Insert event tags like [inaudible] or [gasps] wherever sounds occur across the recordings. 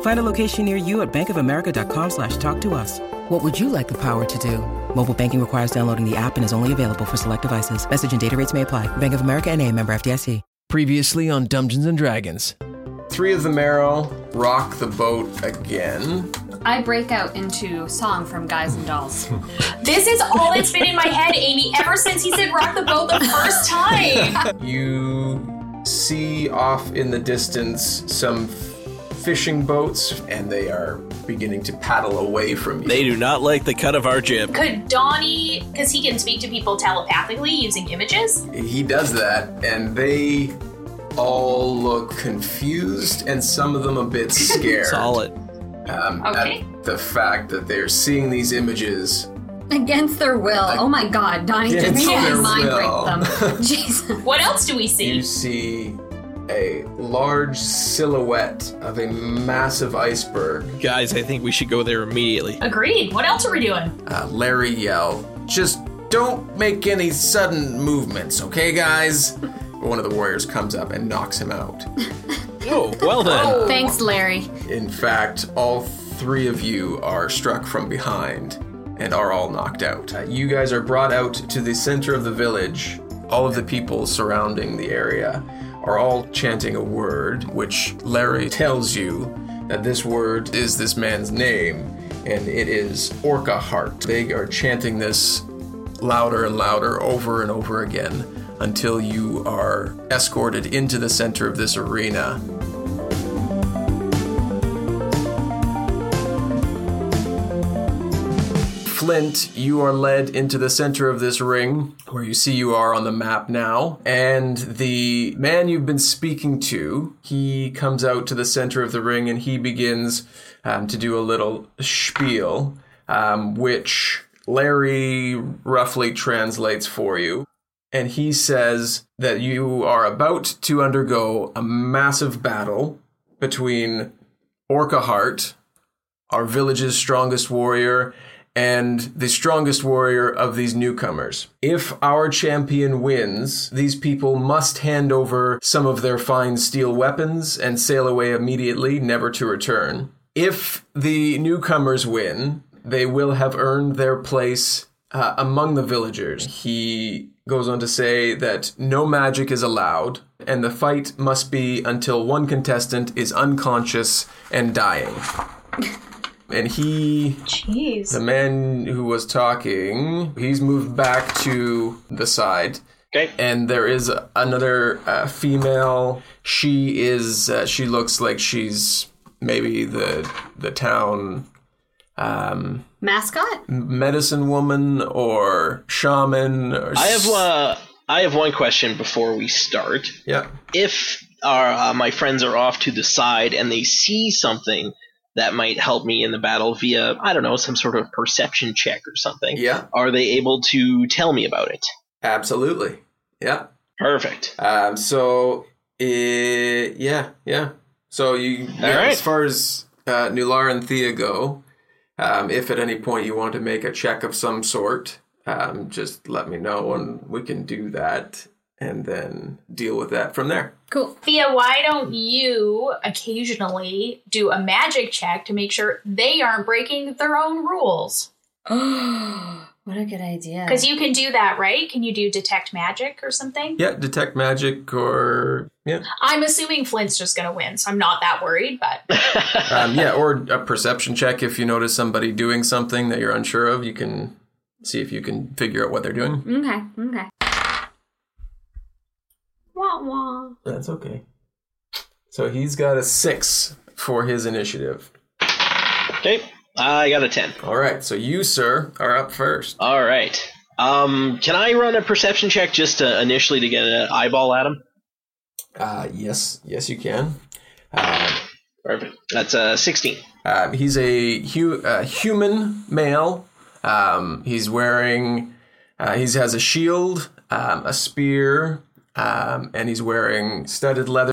Find a location near you at bankofamerica.com slash talk to us. What would you like the power to do? Mobile banking requires downloading the app and is only available for select devices. Message and data rates may apply. Bank of America and a member FDIC. Previously on Dungeons and Dragons. Three of the marrow rock the boat again. I break out into song from Guys [laughs] and Dolls. This is all that's been in my [laughs] head, Amy, ever since he said rock the boat the first [laughs] time. [laughs] You see off in the distance some f- fishing boats, and they are beginning to paddle away from you. They do not like the cut of our jib. Could Donnie, because he can speak to people telepathically using images? He does that, and they all look confused, and some of them a [laughs] bit scared. Solid. Um, Okay. At the fact that they're seeing these images Against their will. Oh my god, Donnie just Against totally their mind will. [laughs] break them. Jesus. What else do we see? you see a large silhouette of a massive iceberg. Guys, I think we should go there immediately. Agreed. What else are we doing? Uh, Larry yelled, Just don't make any sudden movements, okay, guys? One of the warriors comes up and knocks him out. Oh, well then. Thanks, Larry. In fact, all three of you are struck from behind and are all knocked out. Uh, you guys are brought out to the center of the village. All of the people surrounding the area are all chanting a word, which Larry tells you that this word is this man's name, and it is Orca Heart. They are chanting this louder and louder over and over again until you are escorted into the center of this arena Flint, you are led into the center of this ring, where you see you are on the map now. And the man you've been speaking to, he comes out to the center of the ring and he begins um, to do a little spiel, um, which Larry roughly translates for you. And he says that you are about to undergo a massive battle between Orca Heart, our village's strongest warrior and the strongest warrior of these newcomers. If our champion wins, these people must hand over some of their fine steel weapons and sail away immediately, never to return. If the newcomers win, they will have earned their place uh, among the villagers. He goes on to say that no magic is allowed, and the fight must be until one contestant is unconscious and dying. And he Jeez. the man who was talking, he's moved back to the side. Okay. And there is another uh, female. She is. Uh, she looks like she's maybe the the town um, Mascot? medicine woman or shaman. Or I have s- uh, I have one question before we start. Yeah. If our, uh, my friends are off to the side and they see something that might help me in the battle via I don't know some sort of perception check or something, Yeah. are they able to tell me about it? Absolutely. Yeah. Perfect. Um, so, uh, yeah, yeah. So you, yeah, right. as far as uh, Nular and Thea go, um, if at any point you want to make a check of some sort, um, just let me know and we can do that and then deal with that from there. Cool. Thea, why don't you occasionally do a magic check to make sure they aren't breaking their own rules? [gasps] what a good idea. Because you can do that, right? Can you do detect magic or something? Yeah, detect magic or [laughs] yeah, I'm assuming Flint's just going to win, so I'm not that worried, but um, yeah, or a perception check if you notice somebody doing something that you're unsure of. You can See if you can figure out what they're doing. Okay, okay. Wah wah. That's okay. So he's got a six for his initiative. Okay, I got a 10. All right, so you, sir, are up first. All right. Um, can I run a perception check just to initially to get an eyeball at him? Uh, yes, yes, you can. Uh, Perfect. That's a 16. uh, he's a hu- uh, human male. Um, he's wearing, uh, he has a shield, um, a spear, um, and he's wearing studded leather.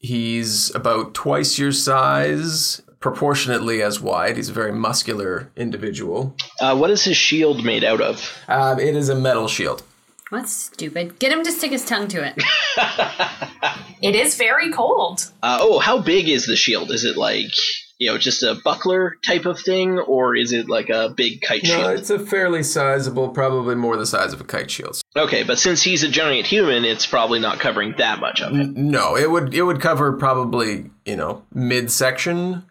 He's about twice your size, proportionately as wide. He's a very muscular individual. Uh, what is his shield made out of? Um, it is a metal shield. What's stupid? Get him to stick his tongue to it. [laughs] It is very cold. Uh, oh, how big is the shield? Is it like, you know, just a buckler type of thing, or is it like a big kite No, shield? it's a fairly sizable, probably more the size of a kite shield. Okay, but since he's a giant human, it's probably not covering that much of it. N- No, it would it would cover probably you know midsection,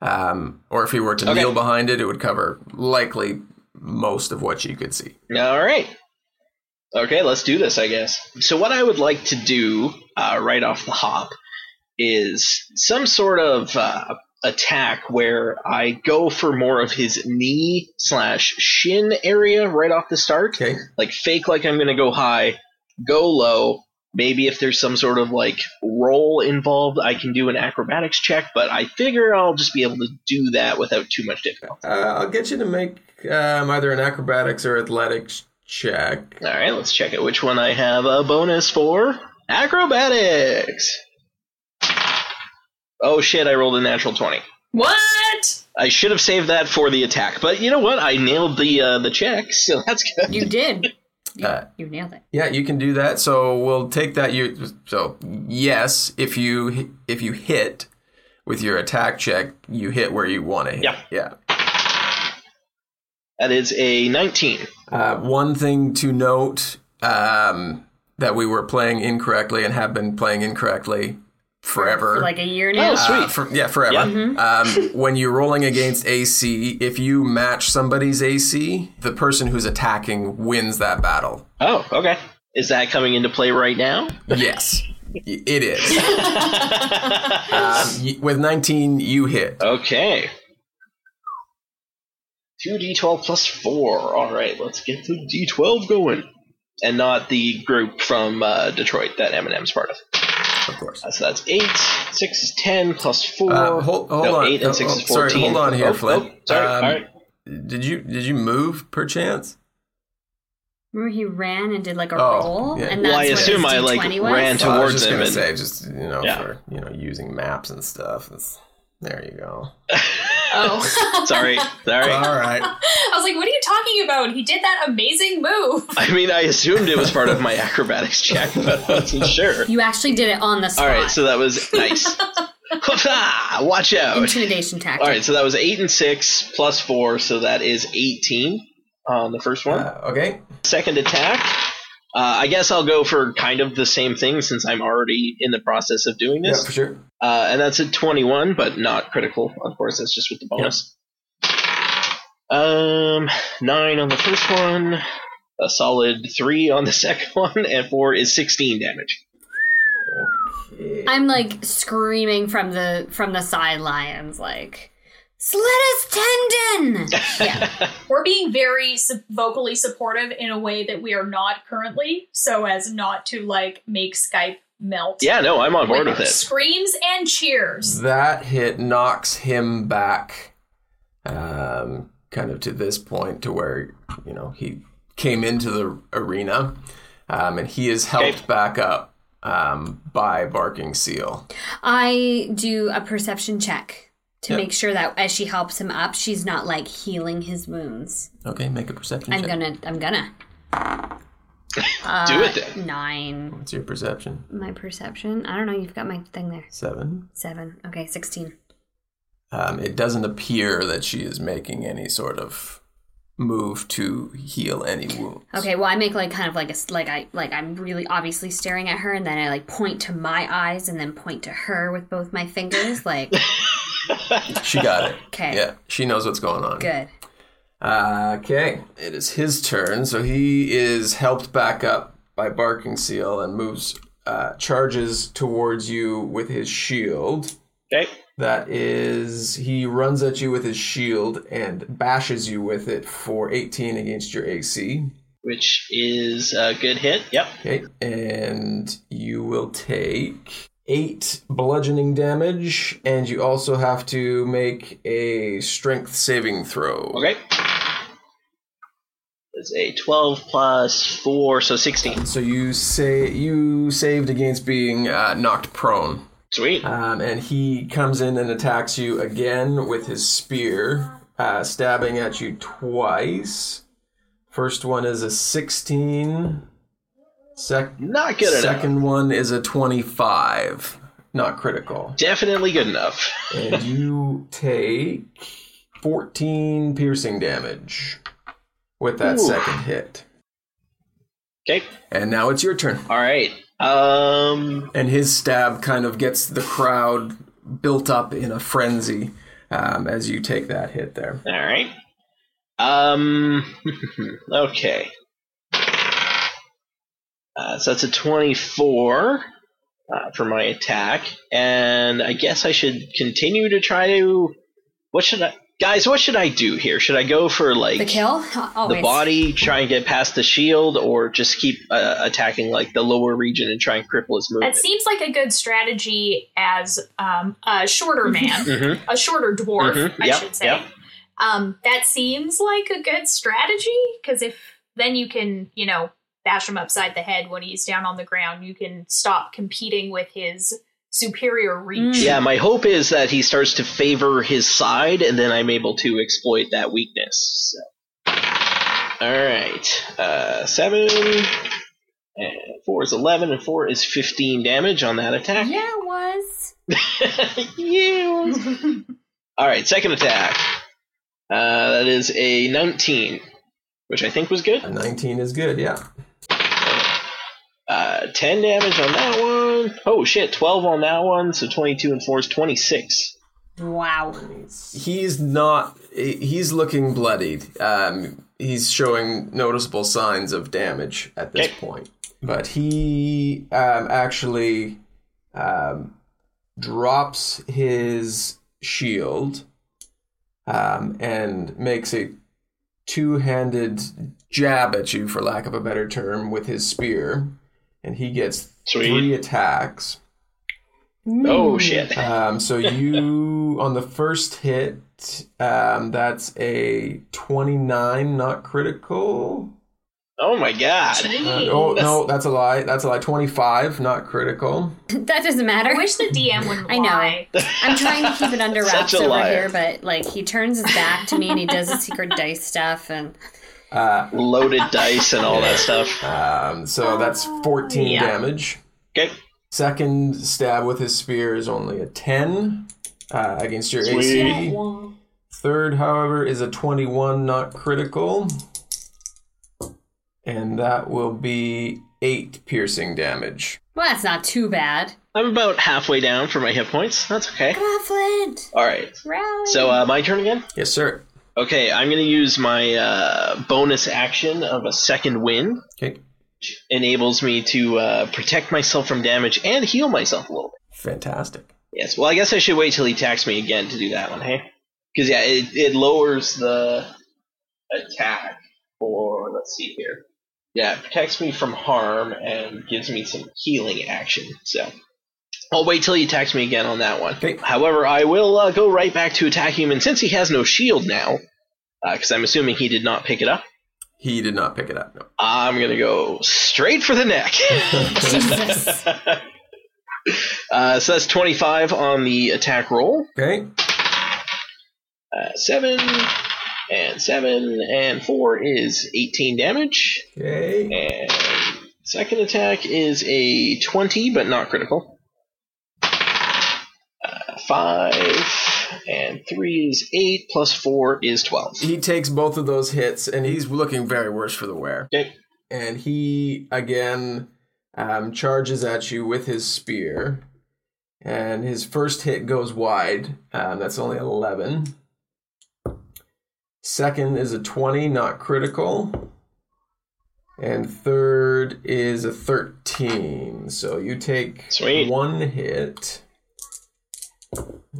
um, or if you were to Okay. kneel behind it, it would cover likely most of what you could see. All right. Okay, let's do this, I guess. So, what I would like to do uh, right off the hop is some sort of uh, attack where I go for more of his knee slash shin area right off the start. Okay, Like, fake like I'm going to go high, go low. Maybe if there's some sort of like roll involved, I can do an acrobatics check, but I figure I'll just be able to do that without too much difficulty. uh, I'll get you to make um, either an acrobatics or athletics check. All right, let's check out which one I have a bonus for. Acrobatics. Oh shit, I rolled a natural 20. What? I should have saved that for the attack, but you know what? I nailed the uh, the check, [laughs] so that's good. You did. You, Uh, you nailed it. Yeah, you can do that. So we'll take that. You so yes, if you if you hit with your attack check, you hit where you want to hit. Yeah. yeah. That is a 19. Uh, one thing to note um, that we were playing incorrectly and have been playing incorrectly forever. For like a year now. Oh, Uh, for- yeah, forever. Yeah. Mm-hmm. Um, when you're rolling against AC, if you match somebody's AC, the person who's attacking wins that battle. Oh, okay. Is that coming into play right now? Yes, Y- it is. um, y- with 19, you hit. Okay. 2d12 plus 4. All right, let's get the d12 going. And not the group from uh, Detroit that Eminem's part of. Of course. So that's 8, 6 is 10, plus 4. Uh, hold- hold no, on. 8 Oh, and 6 oh, is sorry, 14. hold on here, oh, Flip. Oh, sorry, Um, all right. Did you did you move perchance? Remember he ran and did like a Oh, roll, yeah. and that's Well, I what his assume I, like, D20 was? ran to- Well, I was towards just him gonna and- say, just you know, Yeah. for you know, using maps and stuff. It's, there you go. Oh. [laughs] Sorry, [laughs] sorry. All right. I was like, what are you talking about? He did that amazing move. [laughs] I mean, I assumed it was part of my acrobatics check, but I wasn't sure. You actually did it on the All spot. right, so that was nice. [laughs] Ha-ha! Watch out. intimidation tactic. All right, so that was eight and six plus four, so that is eighteen on the first one. Uh, okay. Second attack. Uh, I guess I'll go for kind of the same thing since I'm already in the process of doing Yeah, this, for sure. uh, and that's a twenty-one, but not critical. Of course, that's just with the bonus. Um, nine on the first one, a solid three on the [laughs] second one, and four is sixteen damage. I'm like screaming from the from the sidelines, like slit his tendon. yeah, [laughs] We're being very su- vocally supportive in a way that we are not currently, so as not to like make Skype melt. Yeah, no, I'm on board With with it. Screams and cheers. That hit knocks him back, um, kind of to this point, to where you know he came into the arena, um, and he is helped Okay. back up um, by Barking Seal. I do a perception check to Yeah. make sure that as she helps him up, she's not like healing his wounds. Okay, make a perception. I'm check. gonna, I'm gonna Uh, Do it then. nine. What's your perception? My perception. I don't know. You've got my thing there. Seven. Seven. Okay, sixteen. Um, it doesn't appear that she is making any sort of move to heal any wounds. Okay, well, I make like kind of like a s- like I like I'm really obviously staring at her, and then I like point to my eyes, and then point to her with both my [laughs] fingers, like She got it. okay, Yeah, she knows what's going on. good. Okay. It is his turn, so he is helped back up by Barking Seal and moves, uh, charges towards you with his shield. Okay. That is, he runs at you with his shield and bashes you with it for 18 against your AC. Which is a good hit. Yep. Okay, and you will take eight bludgeoning damage, and you also have to make a strength saving throw. Okay. It's a 12 plus 4, so 16. So you say you saved against being uh, knocked prone, Sweet. um, and he comes in and attacks you again with his spear, uh, stabbing at you twice. First one is a sixteen. Sec- Not good enough. Second one is a twenty-five. Not critical. Definitely good enough. and you take 14 piercing damage with that Ooh. second hit. Okay. And now it's your turn. All right. Um. And his stab kind of gets the crowd built up in a frenzy um, as you take that hit there. All right. Um. [laughs] okay. Uh, so that's a 24 uh, for my attack, and I guess I should continue to try to. What should I, guys? What should I do here? Should I go for like The kill? Oh, Oh, Always. the body, try and get past the shield, or just keep uh, attacking like the lower region and try and cripple his movement? That seems like a good strategy as um, a shorter man, Mhm. a shorter dwarf, Mhm. I Yep, should say. yep. Um, that seems like a good strategy because if then you can, you know, bash him upside the head when he's down on the ground, you can stop competing with his superior reach. Mm. Yeah, my hope is that he starts to favor his side, and then I'm able to exploit that weakness. So. All right, uh, seven and four is eleven, and four is fifteen damage on that attack. Yeah, it [laughs] was. Yeah. All right, second attack. Uh, that is a nineteen, which I think was good. A 19 is good, yeah. Uh, ten damage on that one. Oh shit, twelve on that one. So twenty-two and four is twenty-six. Wow. He's not, he's looking bloodied. Um, he's showing noticeable signs of damage at this Okay. point. But he um, actually um, drops his shield um, and makes a two handed jab at you, for lack of a better term, with his spear. And he gets Sweet. three attacks. Oh shit. Um, [laughs] so you on the first hit, um, that's a twenty-nine, not critical. Oh my god. Uh, oh no, that's a lie. That's a lie. Twenty-five, not critical. that doesn't matter. I wish the DM would [laughs] I know. lie. I'm trying to keep it under Such wraps a over liar. here, but like he turns his back to me and he does his secret dice stuff and Loaded dice and all that stuff. Uh, Um, so that's fourteen Yeah. damage. Okay. Second stab with his spear is only a ten uh, against your AC. Third, however, is a 21, not critical. And that will be 8 piercing damage. well, that's not too bad. I'm about halfway down for my hit points. That's okay. Come on, Flint. All right. Rally. [laughs] So uh, my turn again. Yes, sir. Okay, I'm gonna use my uh, bonus action of a second wind. Okay. Enables me to uh, protect myself from damage and heal myself a little bit. Fantastic. Yes. Well, I guess I should wait till he attacks me again to do that one, hey? Because yeah, it, it lowers the attack. Or let's see here. Yeah, it protects me from harm and gives me some healing action. So I'll wait till he attacks me again on that one. Okay. However, I will uh, go right back to attacking him, and since he has no shield now, because I'm assuming he did not pick it up, He did not pick it up. No. I'm gonna go straight for [laughs] the neck. Jesus. uh, so that's 25 on the attack roll. Okay. Uh, seven and seven and four is 18 damage. Okay. And second attack is a 20, but not critical. Uh, five and three is eight, plus four is 12. He takes both of those hits, and he's looking very worse for the wear. Okay. And he, again, um, charges at you with his spear. And his first hit goes wide. Um, that's only 11. Second is a 20, not critical. And third is a 13. So you take Sweet. one hit.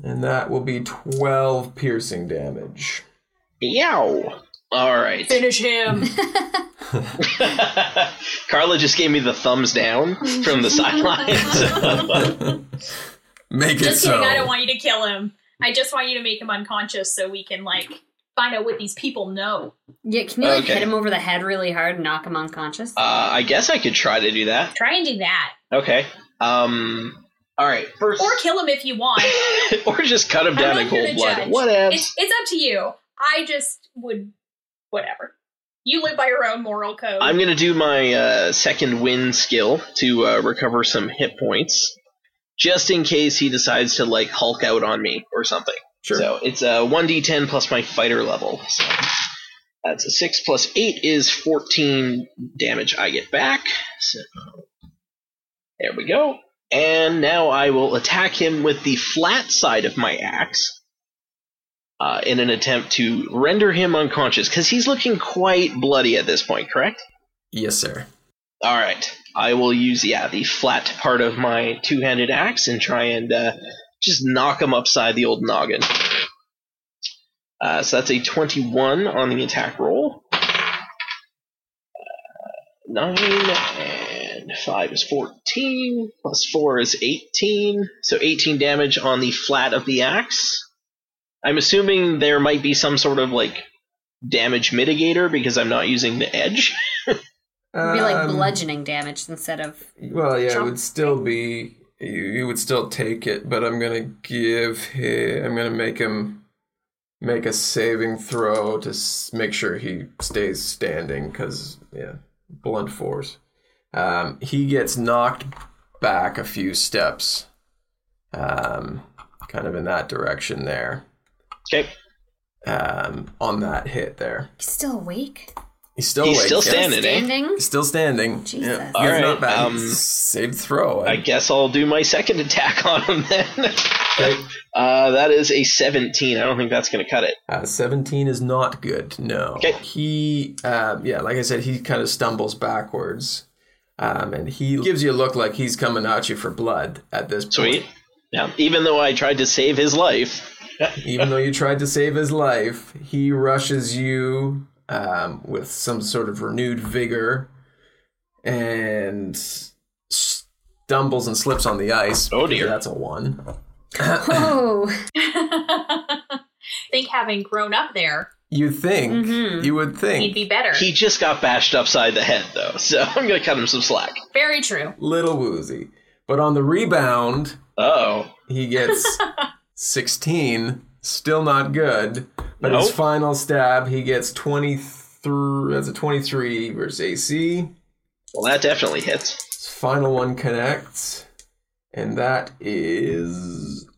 And that will be 12 piercing damage. Yow. All right. Finish him. Carla just gave me the thumbs down [laughs] from the sideline. [laughs] Make it just so. kidding. I don't want you to kill him. I just want you to make him unconscious so we can like find out what these people know. Yeah, can you like Okay. hit him over the head really hard and knock him unconscious? uh, I guess I could try to do that. Try and do that, Okay. Um. All right. First, or kill him if you [laughs] want. or just cut him down I'm in not gonna cold blood. judge. Whatever. It's, it's up to you. I just would, whatever. You live by your own moral code. I'm gonna do my uh, second win skill to uh, recover some hit points, just in case he decides to like Hulk out on me or something. Sure. So it's a one d10 plus my fighter level. So that's a six plus eight is fourteen damage I get back. So there we go. And now I will attack him with the flat side of my axe uh, in an attempt to render him unconscious because he's looking quite bloody at this point. Correct. Yes, sir. All right. I will use yeah the flat part of my two-handed axe and try and uh, just knock him upside the old noggin. Uh, so that's a 21 on the attack roll. Uh, Nine and five is 14. Plus four is 18. So 18 damage on the flat of the axe. I'm assuming there might be some sort of like damage mitigator because I'm not using the edge. It'd be like Um, bludgeoning damage instead of. Well, yeah, it Chop. would still be you, you would still take it, but I'm gonna give him. I'm gonna make him make a saving throw to s- make sure he stays standing because yeah, blunt force. Um, he gets knocked back a few steps, um, kind of in that direction there. Okay. Um, on that hit there, He's still awake. he's still He's awake, still yeah. standing, eh? Standing. He's still standing. Jesus. Yeah, All he's not right, bad. um, Save throw. I guess I'll do my second attack on him then. [laughs] uh, that is a 17. I don't think that's going to cut it. Uh, 17 is not good, no. Okay. He, um, yeah, like I said, he kind of stumbles backwards. Um, and he gives you a look like he's coming at you for blood at this point. Sweet. Yeah. Even though I tried to save his life. Even though you tried to save his life, he rushes you um, with some sort of renewed vigor and stumbles and slips on the ice. Oh, dear. That's a one. Oh, [laughs] think having grown up there, You think, you would think. Mm-hmm. he'd be better. He just got bashed upside the head, though, so [laughs] I'm going to cut him some slack. Very true. Little woozy. But on the rebound, Oh. He [laughs] gets 16, still not good. But his Nope. final stab, he gets 23. That's a 23 versus AC. Well, that definitely hits. His final one connects. And that is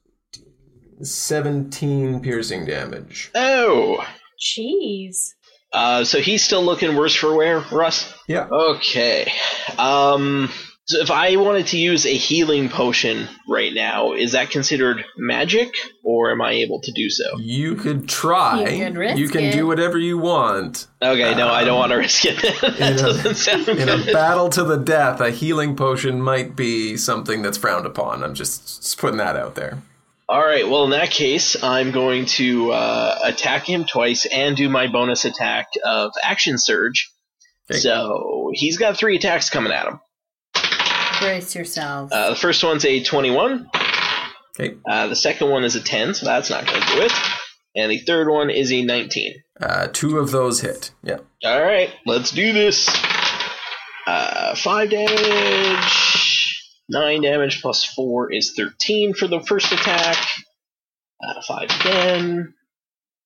17 piercing damage. Oh. Jeez. Uh, so he's still looking worse for wear, Russ? Yeah. Okay. Um, so if I wanted to use a healing potion right now, is that considered magic, or am I able to do so? You could try. You could risk You can it. do whatever you want. Okay, no, I don't want to risk it. [laughs] that in a- doesn't sound [laughs] In a good. battle to the death, a healing potion might be something that's frowned upon. I'm just, just putting that out there. All right, well, in that case, I'm going to uh, attack him twice and do my bonus attack of Action Surge. Okay. So he's got three attacks coming at him. brace yourselves. Uh, the first one's a 21, Okay. uh, the second one is a 10, so that's not going to do it. And the third one is a 19. Uh, two of those hit. Yeah. All right, let's do this. Uh, five damage, nine damage plus four is thirteen for the first attack. Uh, five again.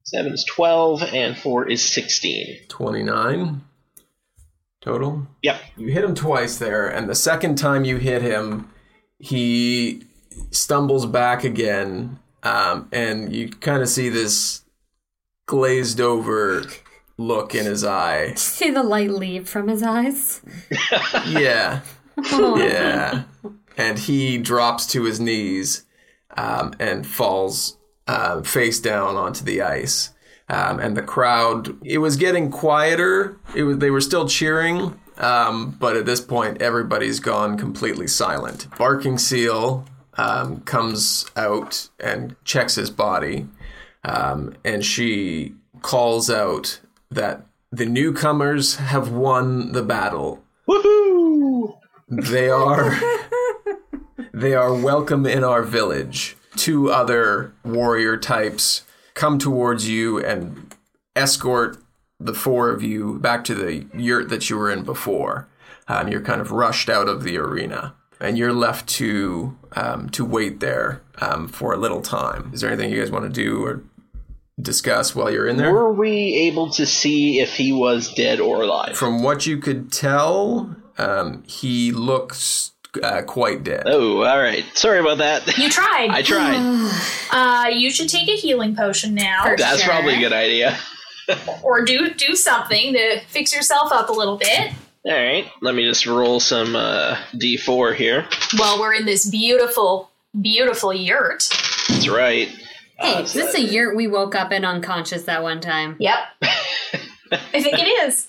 Seven is twelve, and four is sixteen. 29 total. Yep. You hit him twice there, and the second time you hit him, he stumbles back again, um, and you kind of see this glazed over look in his [laughs] eye. See the light leave from his eyes. Yeah. [laughs] yeah. And he drops to his knees um, and falls uh, face down onto the ice. um, and the crowd. It was getting quieter. It was they were still cheering, um, but at this point, everybody's gone completely silent. Barking seal um, comes out and checks his body, um, and she calls out that the newcomers have won the battle. Woohoo! They are they are welcome in our village. Two other warrior types come towards you and escort the four of you back to the yurt that you were in before. Um, you're kind of rushed out of the arena, and you're left to um, to wait there um, for a little time. Is there anything you guys want to do or discuss while you're in there? Were we able to see if he was dead or alive? From what you could tell, um, he looks uh, quite dead. Oh, all right. Sorry about that. You tried. I [laughs] tried. [sighs] Uh, you should take a healing potion now, For- That's Sure. probably a good idea. [laughs] or do do something to fix yourself up a little bit. All right. Let me just roll some uh, d4 here. While we're in this beautiful, beautiful yurt. That's right. Hey, is this a yurt we woke up in unconscious that one time? [laughs] Yep. I think it is.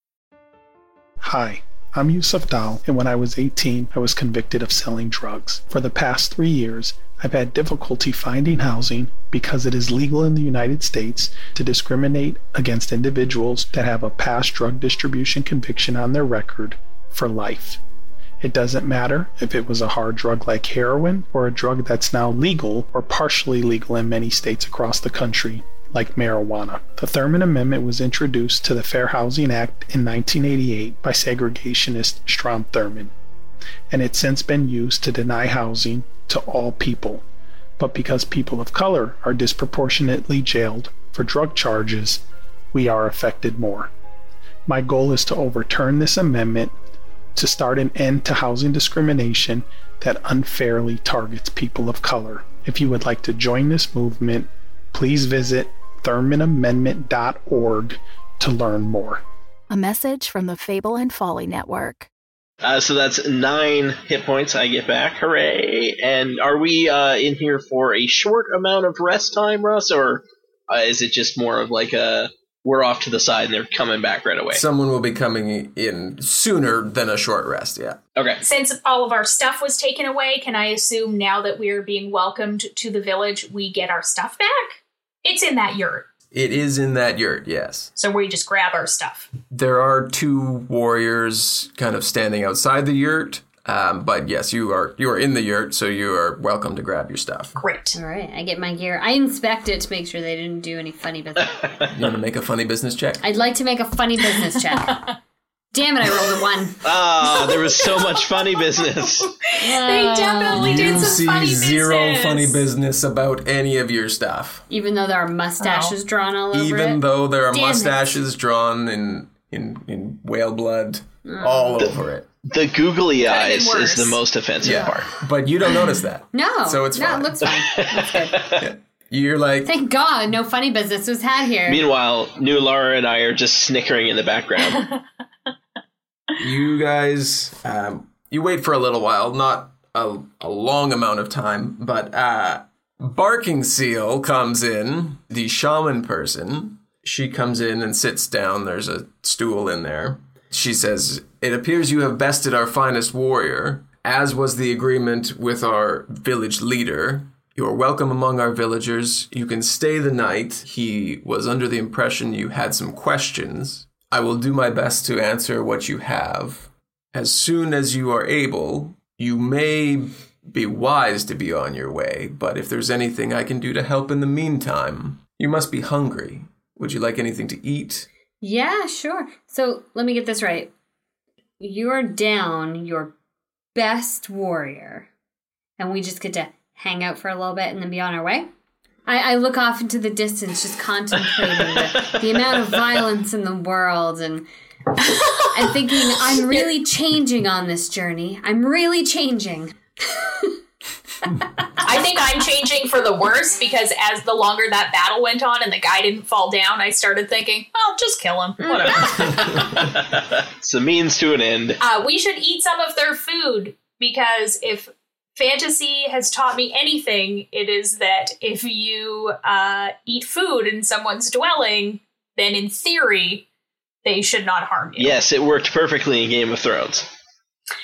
Hi, I'm Yusuf Dal, and when I was 18, I was convicted of selling drugs. For the past three years, I've had difficulty finding housing because it is legal in the United States to discriminate against individuals that have a past drug distribution conviction on their record for life. It doesn't matter if it was a hard drug like heroin or a drug that's now legal or partially legal in many states across the country, like marijuana. The Thurman Amendment was introduced to the Fair Housing Act in 1988 by segregationist Strom Thurmond, and it's since been used to deny housing to all people. But because people of color are disproportionately jailed for drug charges, we are affected more. My goal is to overturn this amendment to start an end to housing discrimination that unfairly targets people of color. If you would like to join this movement, please visit ThurmanAmendment.org to learn more. A message from the Fable and Folly Network. Uh, so that's nine hit points I get back. Hooray! And are we uh, in here for a short amount of rest time, Russ, or uh, is it just more of like a we're off to the side and they're coming back right away? Someone will be coming in sooner than a short rest. Yeah. okay. Since all of our stuff was taken away, can I assume now that we are being welcomed to the village, we get our stuff back? It's in that yurt, It is in that yurt, yes. so we just grab our stuff. There are two warriors kind of standing outside the yurt. Um, but yes, you are you are in the yurt, so you are welcome to grab your stuff. Great. All right, I get my gear. I inspect it to make sure they didn't do any funny business. You want to make a funny business check? I'd like to make a funny business [laughs] check. Damn it, I rolled a one. Ah, there was so much funny business. They Uh, definitely you did some see funny zero business. funny business about any of your stuff, Even though there are mustaches drawn all over even it. though there are Damn it. mustaches drawn in in in whale blood all over it. The googly been eyes worse. is the most offensive part. Yeah, but you don't notice that. no, so it's no, fine. it looks fine. That's good. You're like, Thank God, no funny business was had here. Meanwhile, New Lara and I are just snickering in the background. you guys um, you wait for a little while not a, a long amount of time but uh barking seal comes in the shaman person she comes in and sits down there's a stool in there she says it appears you have bested our finest warrior as was the agreement with our village leader you are welcome among our villagers. You can stay the night. He was under the impression you had some questions. I will do my best to answer what you have. As soon as you are able, you may be wise to be on your way, but if there's anything I can do to help in the meantime, you must be hungry. Would you like anything to eat? Yeah, sure. So let me get this right. You're down your best warrior, and we just get to hang out for a little bit and then be on our way. I, I look off into the distance, just contemplating the, the amount of violence in the world and and thinking, I'm really changing on this journey. I'm really changing. I think I'm changing for the worse because as the longer that battle went on and the guy didn't fall down, I started thinking, well, just kill Mm. him. Whatever. It's a means to an end. uh, we should eat some of their food because if fantasy has taught me anything, it is that if you uh, eat food in someone's dwelling, then in theory, they should not harm you. Yes, it worked perfectly in Game of Thrones.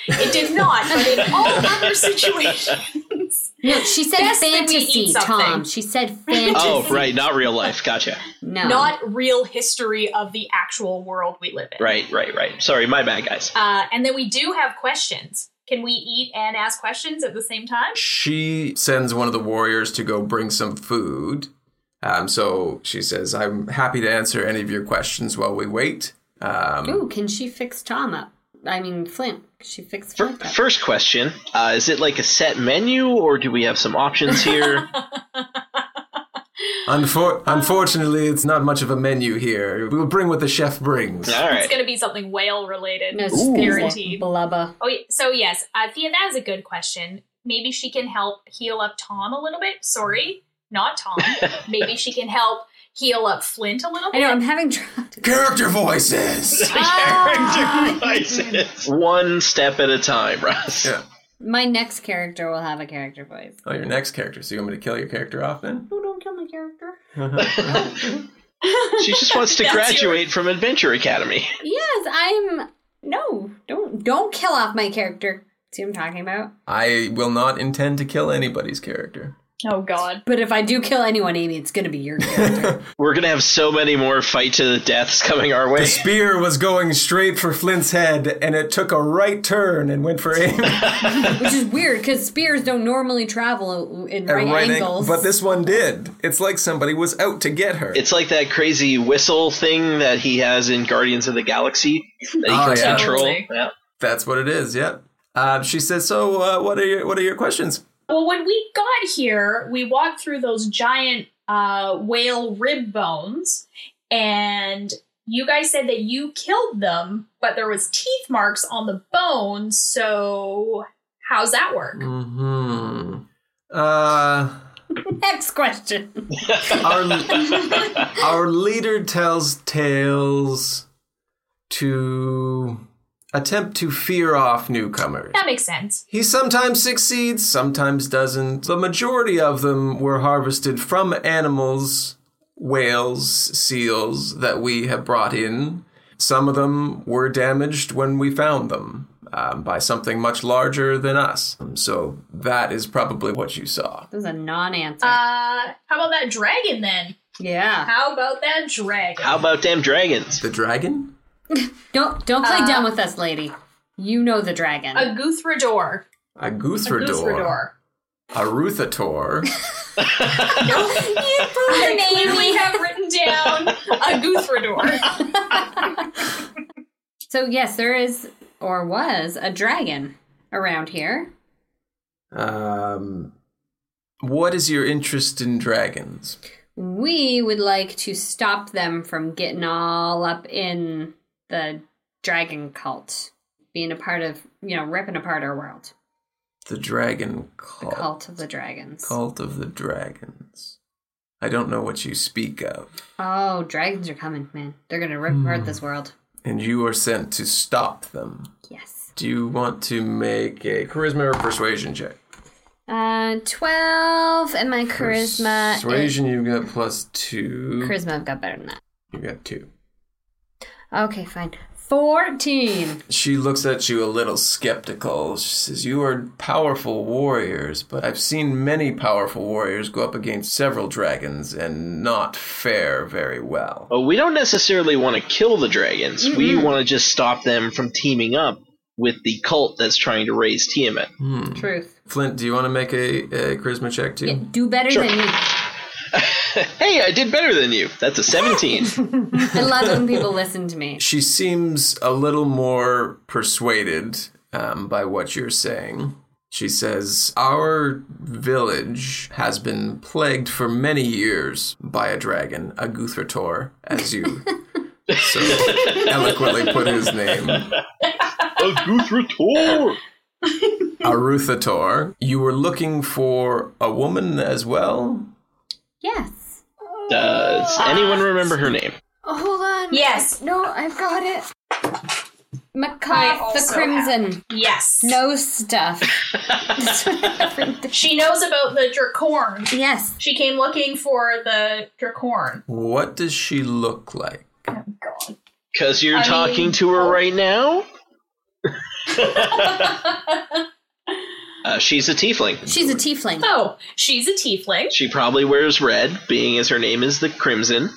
It did not, but [laughs] in all other situations. No, she said Best that we eat fantasy, something. Tom. She said fantasy. [laughs] Oh, right, not real life. Gotcha. No. Not real history of the actual world we live in. Right, right, right. Sorry, my bad, guys. Uh, and then we do have questions. Can we eat and ask questions at the same time? She sends one of the warriors to go bring some food. Um, so she says, I'm happy to answer any of your questions while we wait. Um, Ooh, can she fix Tom up? I mean, Flint. Can She fix Fir- Flint up. First question uh, Is it like a set menu, or do we have some options here? unfor- unfortunately, it's not much of a menu here. We'll bring what the chef brings. All It's right. going to be something whale related. No, she's gonna say guaranteed. [laughs] blubber. Oh, yeah, so yes, uh, Thea, that is a good question. Maybe she can help heal up Tom a little bit. Sorry, not [laughs] Tom. Maybe she can help heal up Flint a little I bit. know. I'm having [laughs] trouble. Character voices! One step at a time, Russ. yeah. My next character will have a character voice. Oh, your next character. So you want me to kill your character off then? Oh, don't kill my character. She just wants [laughs] to That's your- graduate from Adventure Academy. Yes, I'm. No, don't don't kill off my character. See what I'm talking about? I will not intend to kill anybody's character. Oh God. But if I do kill anyone, Amy, it's gonna be your character. We're gonna have so many more fight to the deaths coming our way. The spear was going straight for Flint's head, and it took a right turn and went for [laughs] aim. Which is weird because spears don't normally travel in at right, right ang- angles. but this one did. It's like somebody was out to get her. It's like that crazy whistle thing that he has in Guardians of the Galaxy that he Oh, can yeah. control. Totally. Yeah. That's what it is. Yep. Uh, she says. So, uh, what are your what are your questions? Well, when we got here, we walked through those giant uh, whale rib bones, and you guys said that you killed them, but there was teeth marks on the bones. So how's that work? Hmm. Uh, [laughs] Next question. [laughs] our our leader tells tales to attempt to fear off newcomers. That makes sense. He sometimes succeeds, sometimes doesn't. The majority of them were harvested from animals, whales, seals that we have brought in. Some of them were damaged when we found them um, by something much larger than us. So that is probably what you saw. This is a non-answer. Uh, how about that dragon then? yeah. How about that dragon? How about damn dragons? The dragon? Don't don't play Uh, dumb with us, lady. You know the dragon. [laughs] A [laughs] Guthrador. A A Guthrador. Guthrador. A Ruthator. Her I name clearly is- have written down a Guthrador. so yes, there is or was a dragon around here. um, what is your interest in dragons? We would like to stop them from getting all up in the dragon cult, being a part of, you know, ripping apart our world. The dragon The cult of the dragons. Cult of the Dragons. I don't know what you speak of. Oh, dragons are coming, man. They're going to rip apart this world. And you are sent to stop them. Yes. Do you want to make a charisma or persuasion check? Uh, 12 and my charisma. is- Persuasion, you've got plus two. Uh, charisma, I've got better than that. You've got two. Okay, fine. 14. She looks at you a little skeptical. She says, You are powerful warriors, but I've seen many powerful warriors go up against several dragons and not fare very well. Well, we don't necessarily want to kill the dragons. We Mm-hmm. want to just stop them from teaming up with the cult that's trying to raise Tiamat. Truth. Hmm. Flint, do you want to make a, a charisma check too? Hmm. Yeah, do better than me. [laughs] hey, I did better than you. That's a 17. I love [laughs] when people listen to me. she seems a little more persuaded um, by what you're saying. She says, Our village has been plagued for many years by a dragon, a Guthrator, as [laughs] you so eloquently put his name. A Guthrator! Aruthator. You were looking for a woman as well? Yes. Does anyone remember her name? Oh, hold on. Yes. No, I've got it. I Makai the also Crimson. have- Yes. No stuff. She knows about the Dracorn. yes. She came looking for the Dracorn. Oh, What does she look like? Because you're I talking mean- to her right [laughs] now? uh, she's a tiefling. She's a tiefling. Oh, she's a tiefling. She probably wears red, being as her name is the Crimson.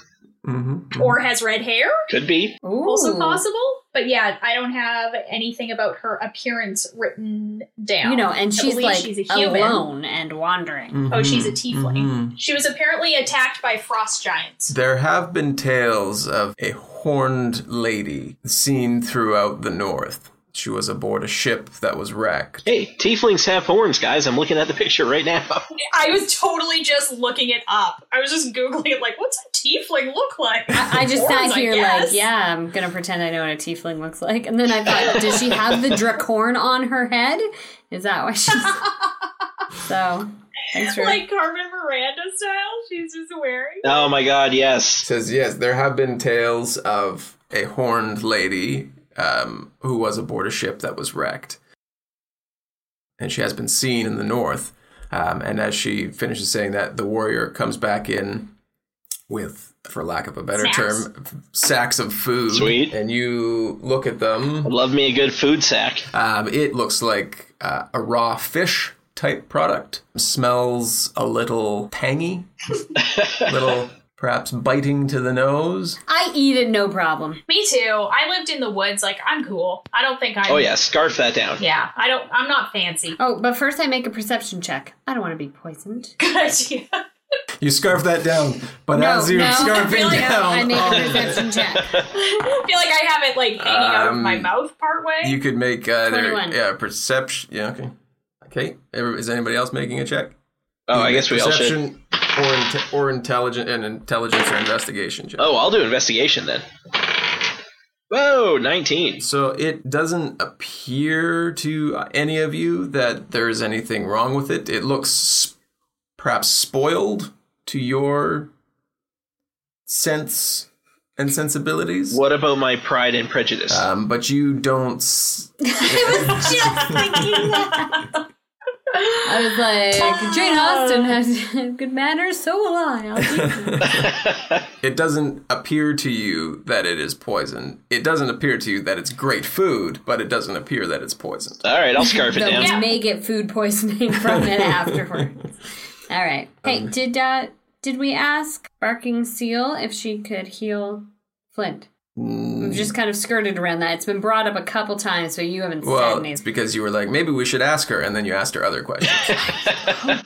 Or has red hair. Could be. Ooh. Also possible. But yeah, I don't have anything about her appearance written down. You know, and I she's believe like she's a human. alone and wandering. Mm-hmm. Oh, she's a tiefling. Mhm. She was apparently attacked by frost giants. Mm-hmm. There have been tales of a horned lady seen throughout the north. She was aboard a ship that was wrecked. Hey, tieflings have horns, guys. I'm looking at the picture right [laughs] now. I was totally just looking it up. I was just googling it, like, what's a tiefling look like? I just Horns, sat here guess. like, yeah, I'm gonna pretend I know what a tiefling looks like, and then I thought, does she have the dracorn on her head? Is that [laughs] why she's so? Thanks for like Carmen Miranda style. She's just wearing. oh my god, yes. Says, yes, there have been tales of a horned lady um, who was aboard a ship that was wrecked. And she has been seen in the north. Um, and as she finishes saying that, the warrior comes back in with, for lack of a better Snacks. term, sacks of food. Sweet. And you look at them. Love me a good food sack. Um, it looks like uh, a raw fish type product. Smells a little [laughs] tangy, little perhaps biting to the nose. I eat it, no problem. Me too. I lived in the woods. Like I'm cool. I don't think I. Oh yeah, scarf that down. Yeah. I don't. I'm not fancy. Oh, but first I make a perception check. I don't want to [laughs] be poisoned. Good idea. You scarf that down, but as you're I scarfing [laughs] really don't. I down, make a um, perception check. [laughs] I feel like I have it like hanging out of Um, my mouth part way. you could make either 21. yeah perception. Yeah, okay, okay. Every- Is anybody else making a check? Oh, You I make guess we all should. perception Or, inte- or intelligent and intelligence or investigation check. Oh, I'll do investigation then. Whoa, 19. So it doesn't appear to any of you that there is anything wrong with it. It looks perhaps spoiled to your sense and sensibilities. What about my pride and prejudice? Um, but you don't. S- I was like, Jane Austen has [laughs] good manners, so will I. I'll eat it. it doesn't appear to you that it is poison. It doesn't appear to you that it's great food, but it doesn't appear that it's poisoned. All [laughs] right, I'll scarf it Though down. we may get food poisoning from it afterwards. All right. Hey, did uh, did we ask Barking Seal if she could heal Flint? Mm, We've just kind of skirted around that. It's been brought up a couple times, so you haven't said Well, it's anything. because you were like, maybe we should [laughs] ask her, and then you asked her other questions. [laughs]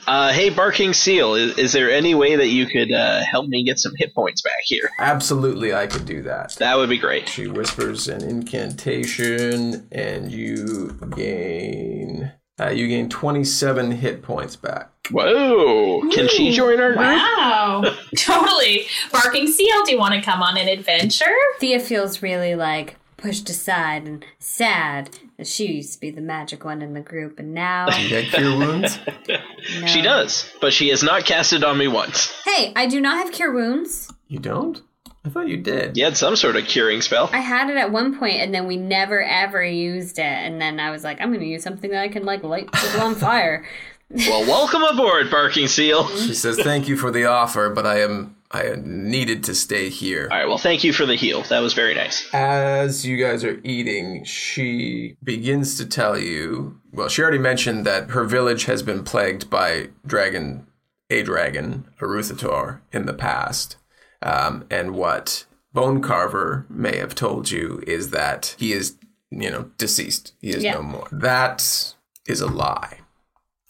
Uh, hey, barking seal, is, is there any way that you could uh, help me get some hit points back here? Absolutely, I could do that. That would be great. She whispers an incantation, and you gain uh, you gain twenty seven hit points back. Whoa! Can she join our group? wow. [laughs] totally. Barking seal. Do you want to come on an adventure? Thea feels really like pushed aside and sad that she used to be the magic one in the group, and [laughs] Um, now You get cure wounds. no. She does, but she has not casted on me once. Hey, I do not have cure wounds. You don't? I thought you did. You had some sort of curing spell. I had it at one point, and then we never ever used it. And then I was like, I'm going to use something that I can like light people on fire. Well, welcome aboard, barking seal. All She says, "Thank you for the offer, but I am I needed to stay here." right, well, thank you for the heal. That was very nice. As you guys are eating, she begins to tell you. Well, she already mentioned that her village has been plagued by dragon, a dragon, Aruthator, in the past. Um, and what Bone Carver may have told you is that he is, you know, deceased. He is Yeah. no more. That is a lie. [gasps]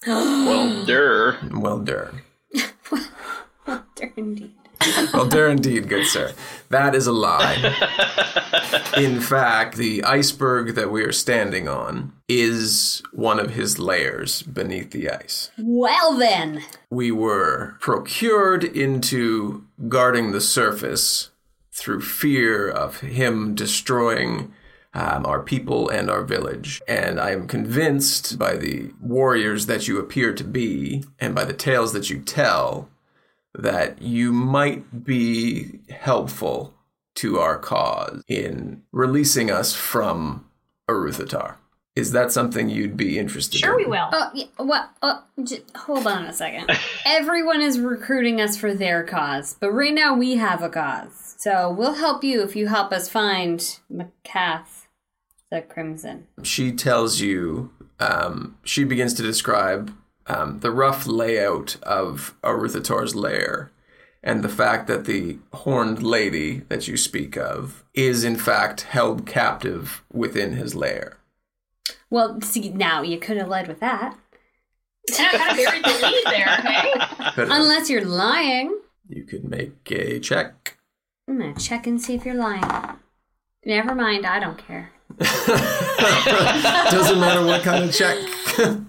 Well, der. Well, Dur. Oh, They're Indeed. well, dare indeed, good sir. That is a lie. In fact, the iceberg that we are standing on is one of his layers beneath the ice. Well, then. We were procured into guarding the surface through fear of him destroying um, our people and our village. And I am convinced by the warriors that you appear to be and by the tales that you tell that you might be helpful to our cause in releasing us from Aruthatar. Is that something you'd be interested Sure, in? we will. Oh, yeah, well, oh, j- hold on [laughs] a second. Everyone is recruiting us for their cause, but right now we have a cause. So we'll help you if you help us find Macath the Crimson. she tells you, um, she begins to describe um, the rough layout of Aruthator's lair and the fact that the horned lady that you speak of is in fact held captive within his lair. Well, see, now you could have led with that. kind of buried the lead there. Hey? But Unless you're lying. you could make a check. I'm gonna check and see if you're lying. Never mind, I don't care. [laughs] Doesn't matter what kind of check.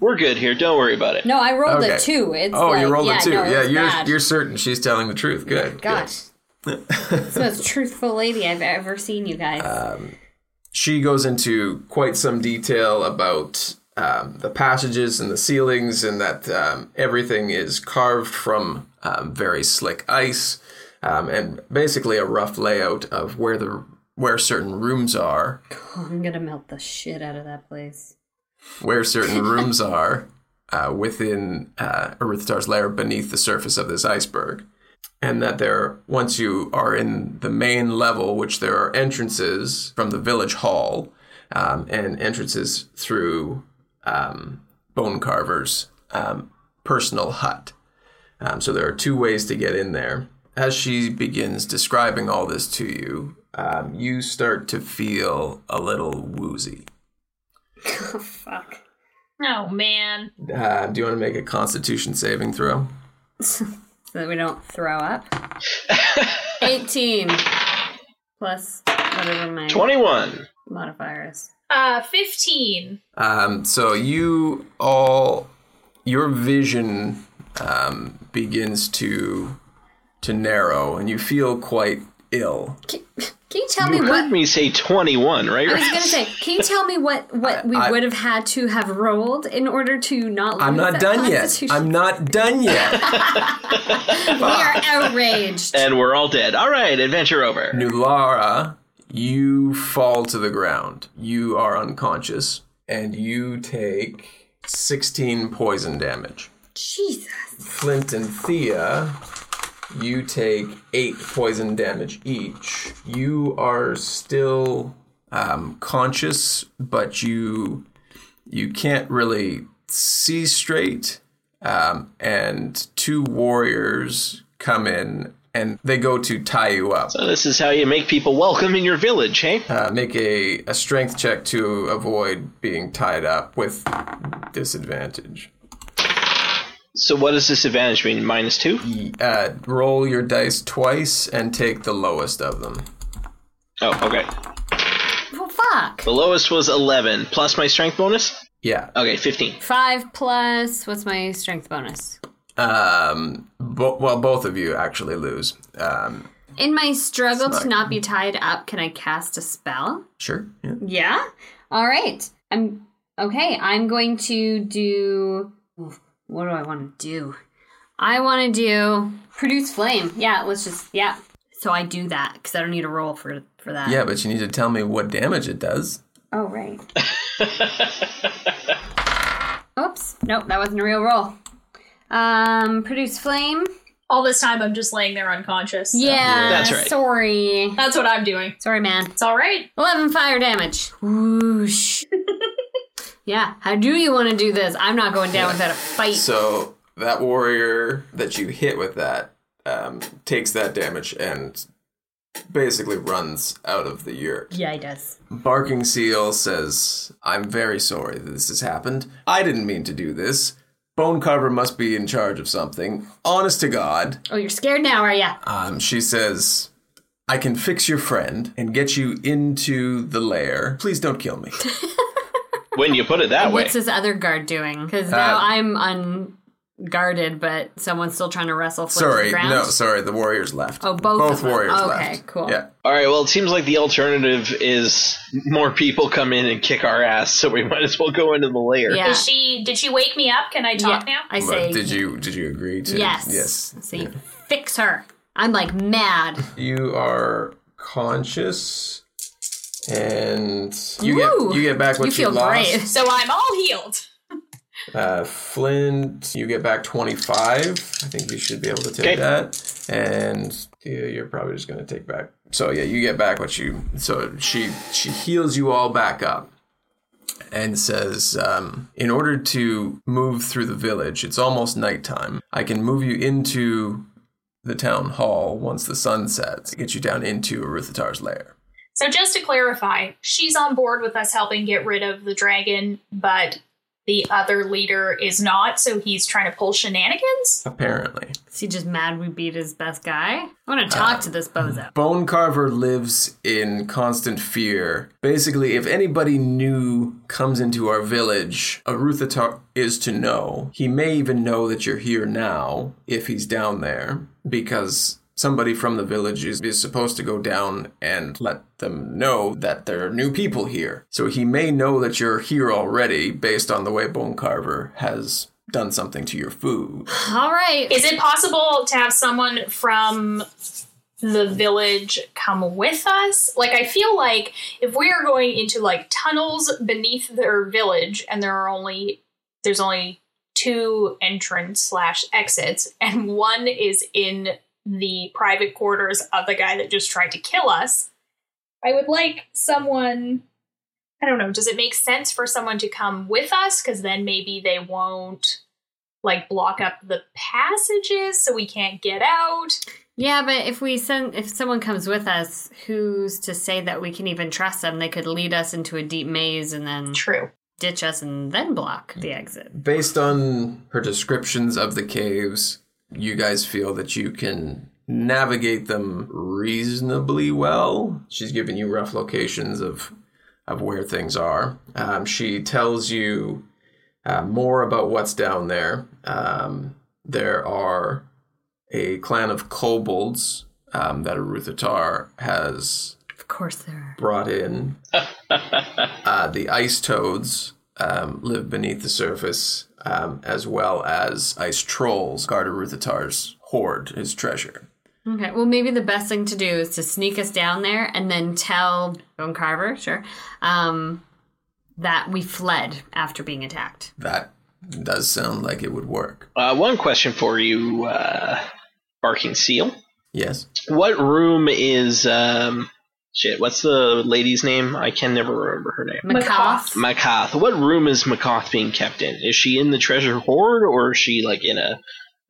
[laughs] We're good here. Don't worry about it. No, I rolled Okay. a two. It's oh, like, you rolled yeah, a two. No, yeah, it's you're bad. you're certain she's telling the truth. Good. good. Gosh. it's [laughs] the most truthful lady I've ever seen, you guys. Um, she goes into quite some detail about um, the passages and the ceilings, and that um, everything is carved from um, very slick ice, um, and basically a rough layout of where the where certain rooms are, Oh, I'm gonna melt the shit out of that place. [laughs] where certain rooms are uh, within uh, Erythtar's lair beneath the surface of this iceberg. And that there, once you are in the main level, which there are entrances from the village hall um, and entrances through um, Bone Carver's um, personal hut. Um, so there are two ways to get in there. As she begins describing all this to you, um, you start to feel a little woozy. Oh, fuck. Oh man. Uh, do you want to make a constitution saving throw? [laughs] So that we don't throw up. 18 plus whatever my 21. modifier is. Uh, fifteen. Um, so you all, your vision um, begins to to narrow, and you feel quite ill. Can, can you tell You me heard what? me say 21, right? I was gonna say, can you tell me what what we I- would have had to have rolled in order to not? Lose I'm not that done yet. constitution? I'm [laughs] not done yet. We are outraged. and we're all dead. All right, adventure over. Nulara, you fall to the ground. You are unconscious, and you take 16 poison damage. Jesus. Flint and Thea, you take eight poison damage each. You are still um, conscious, but you you can't really see straight. Um, and two warriors come in and they go to tie you up. So this is how you make people welcome in your village, hey? Uh, make a, a strength check to avoid being tied up with disadvantage. So what does this advantage mean? Minus two? Uh, roll your dice twice and take the lowest of them. Oh, okay. Well, fuck. The lowest was 11, plus my strength bonus? Yeah. Okay, 15. Five plus. What's my strength bonus? Um. Bo- well, both of you actually lose. Um. In my struggle to not be tied up, can I cast a spell? Sure. Yeah. Yeah. All right. I'm okay. I'm going to do. oof, What do I want to do? I want to do produce flame. Yeah. Let's just yeah. So I do that because I don't need a roll for for that. Yeah, but you need to tell me what damage it does. Oh right. Oops. Nope. That wasn't a real roll. Um, produce flame. All this time I'm just laying there unconscious. Yeah. That's right. Sorry. That's what I'm doing. Sorry, man. It's all right. 11 fire damage. [laughs] Whoosh. yeah, how do you want to do this? I'm not going down without a fight. So that warrior that you hit with that um, takes that damage and basically runs out of the yurt. yeah, he does. Barking Seal says, "I'm very sorry that this has happened. I didn't mean to do this." Bone Carver must be in charge of something. Honest to God. Oh, you're scared now, are ya? Um, she says, I can fix your friend and get you into the lair. Please don't kill [laughs] me. when you put it that way. What's this other guard doing? Because Uh, now I'm unguarded, but someone's still trying to wrestle. Flint to the sorry, ground. no, sorry. The warriors left. Oh, both Both of them. warriors Okay, left. cool. Yeah. All right, well, it seems like the alternative is more people come in and kick our ass, so we [laughs] might as well go into the lair. Yeah. Is she? Did she wake me up? Can I talk Yeah, now? I But say did you did you agree to? yes. Yes. So you fix her. I'm like mad. You are conscious, and you Woo! get you get back what You you, feel lost. great. so I'm all healed. Uh, Flint, you get back 25. I think you should be able to take Okay. that. And yeah, you're probably just going to take back. So yeah, you get back what you. So she she heals you all back up. And says, um, in order to move through the village, it's almost nighttime. I can move you into the town hall once the sun sets, get you down into Aruthatar's lair. So just to clarify, she's on board with us helping get rid of the dragon, but the other leader is not. So he's trying to pull shenanigans. Apparently, Is he just mad we beat his best guy? I want to Uh, talk to this bozo. Bone Carver lives in constant fear. Basically, if anybody new comes into our village, Aruthatar is to know. He may even know that you're here now if he's down there, because somebody from the village is, is supposed to go down and let them know that there are new people here. So he may know that you're here already based on the way Bone Carver has done something to your food. All right. Is it possible to have someone from the village come with us? Like I feel like if we are going into like tunnels beneath their village and there are only there's only two entrance slash exits and one is in the private quarters of the guy that just tried to kill us. I would like someone I don't know, does it make sense for someone to come with us? Cause then maybe they won't like block up the passages so we can't get out. Yeah, but if we send if someone comes with us, who's to say that we can even trust them? They could lead us into a deep maze and then True. ditch us and then block the exit. based on her descriptions of the caves, you guys feel that you can navigate them reasonably well. She's given you rough locations of of where things are. Um, she tells you uh, more about what's down there. Um, there are a clan of kobolds um, that Aruthatar has Of course there brought in. [laughs] uh, the ice toads um, live beneath the surface, um, as well as ice trolls guard Aruthatar's hoard, his treasure. are. Okay. Well maybe the best thing to do is to sneak us down there and then tell Bone Carver, sure, um, that we fled after being attacked. That does sound like it would work. Uh, one question for you, uh, Barking Seal. Yes. What room is. Um, shit, what's the lady's name? I can never remember her name. Macoth. Makoth. What room is Makoth being kept in? Is she in the treasure hoard, or is she, like, in a,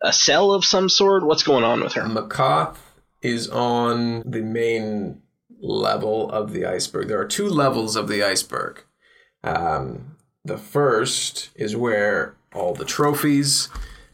a cell of some sort? What's going on with her? Makoth is on the main level of the iceberg. There are two levels of the iceberg. Um, the first is where all the trophies,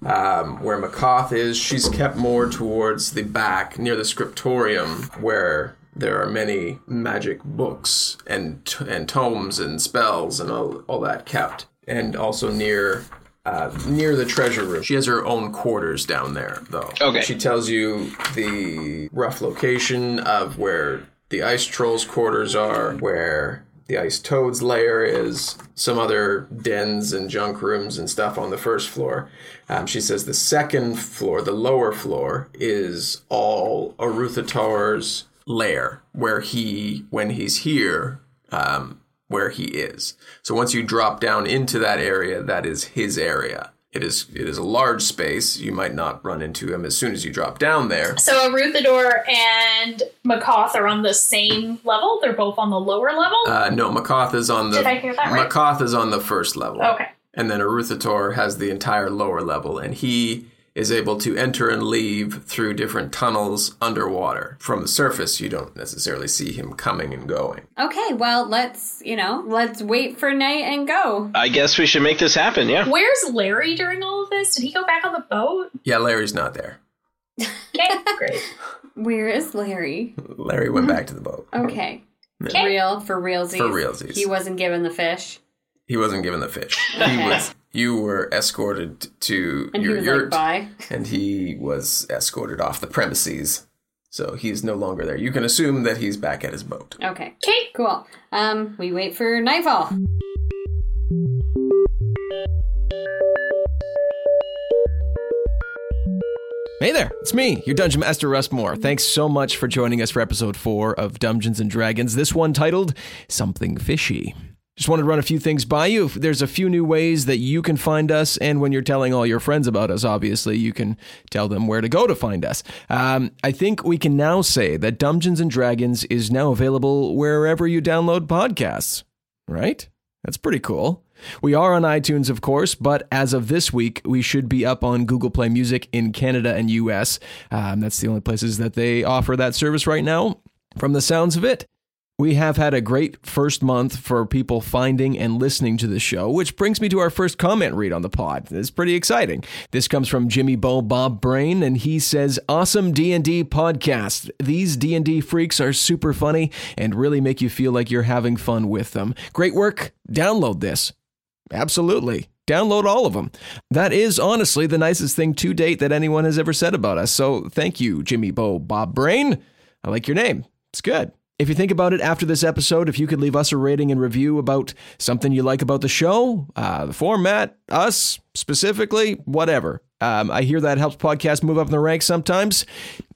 um, where Makoth is, she's kept more towards the back near the scriptorium, where there are many magic books and t- and tomes and spells and all, all that kept, and also near. Uh, near the treasure room. She has her own quarters down there, though. Okay. She tells you the rough location of where the ice trolls' quarters are, where the ice toad's lair is, some other dens and junk rooms and stuff on the first floor. Um, she says the second floor, the lower floor, is all Aruthatar's lair, where he, when he's here, um, where he is. So once you drop down into that area, that is his area. It is it is a large space. You might not run into him as soon as you drop down there. So Aruthador and Makoth are on the same level. They're both on the lower level. Uh, no, Makoth is on the Did I hear that right? Makoth is on the first level. okay. And then Aruthator has the entire lower level, and he is able to enter and leave through different tunnels underwater. From the surface, you don't necessarily see him coming and going. Okay, well, let's, you know, let's wait for night and go. I guess we should make this happen, yeah. Where's Larry during all of this? Did he go back on the boat? Yeah, Larry's not there. [laughs] Okay, great. Where is Larry? Larry went Mm-hmm. back to the boat. Okay. [laughs] Real, for realsies. For realsies. He wasn't given the fish. He wasn't given [laughs] the fish. He Okay. was. You were escorted to And your he was yurt, like, bye. and he was escorted off the premises. So he's no longer there. You can assume that he's back at his boat. Okay. Okay. Cool. Um, we wait for nightfall. Hey there, it's me, your Dungeon Master Russ Moore. Thanks so much for joining us for episode four of Dungeons and Dragons, this one titled Something Fishy. Just wanted to run a few things by you. There's a few new ways that you can find us, and when you're telling all your friends about us, obviously, you can tell them where to go to find us. Um, I think we can now say that Dungeons and Dragons is now available wherever you download podcasts, right? That's pretty cool. We are on iTunes, of course, but as of this week, we should be up on Google Play Music in Canada and US. Um, that's the only places that they offer that service right now, from the sounds of it. We have had a great first month for people finding and listening to the show, which brings me to our first comment read on the pod. It's pretty exciting. This comes from Jimmy Bo Bob Brain, and he says, "Awesome D&D podcast. These D&D freaks are super funny and really make you feel like you're having fun with them. Great work. Download this. Absolutely. Download all of them. That is honestly the nicest thing to date that anyone has ever said about us. So thank you, Jimmy Bo Bob Brain. I like your name. It's good. If you think about it after this episode, if you could leave us a rating and review about something you like about the show, uh, the format, us specifically, whatever. Um, I hear that helps podcasts move up in the ranks sometimes.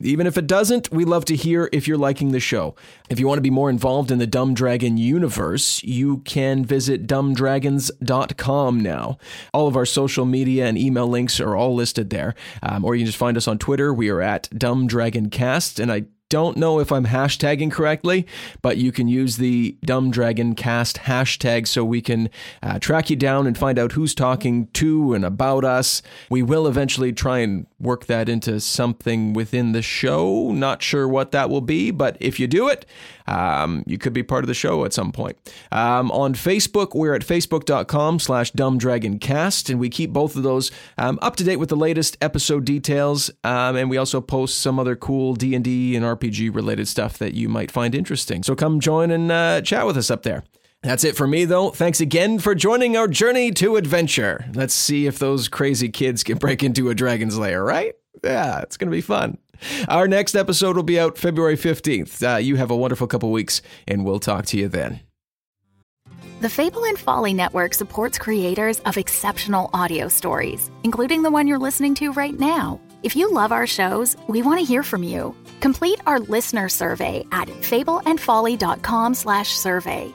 Even if it doesn't, we love to hear if you're liking the show. If you want to be more involved in the Dumb Dragon universe, you can visit dumbdragons.com now. All of our social media and email links are all listed there. Um, or you can just find us on Twitter. We are at dumbdragoncast. And I don't know if I'm hashtagging correctly, but you can use the Dumb Dragon Cast hashtag so we can uh, track you down and find out who's talking to and about us. We will eventually try and work that into something within the show. Not sure what that will be, but if you do it, um, you could be part of the show at some point. Um, on Facebook, we're at facebook.com slash dumbdragoncast, and we keep both of those um, up to date with the latest episode details. Um, and we also post some other cool D&D and RPG related stuff that you might find interesting. So come join and uh, chat with us up there. That's it for me, though. Thanks again for joining our journey to adventure. Let's see if those crazy kids can break into a dragon's lair, right? Yeah, it's going to be fun. Our next episode will be out February 15th. Uh, you have a wonderful couple weeks, and we'll talk to you then. The Fable and Folly Network supports creators of exceptional audio stories, including the one you're listening to right now. If you love our shows, we want to hear from you. Complete our listener survey at fableandfolly.com/survey.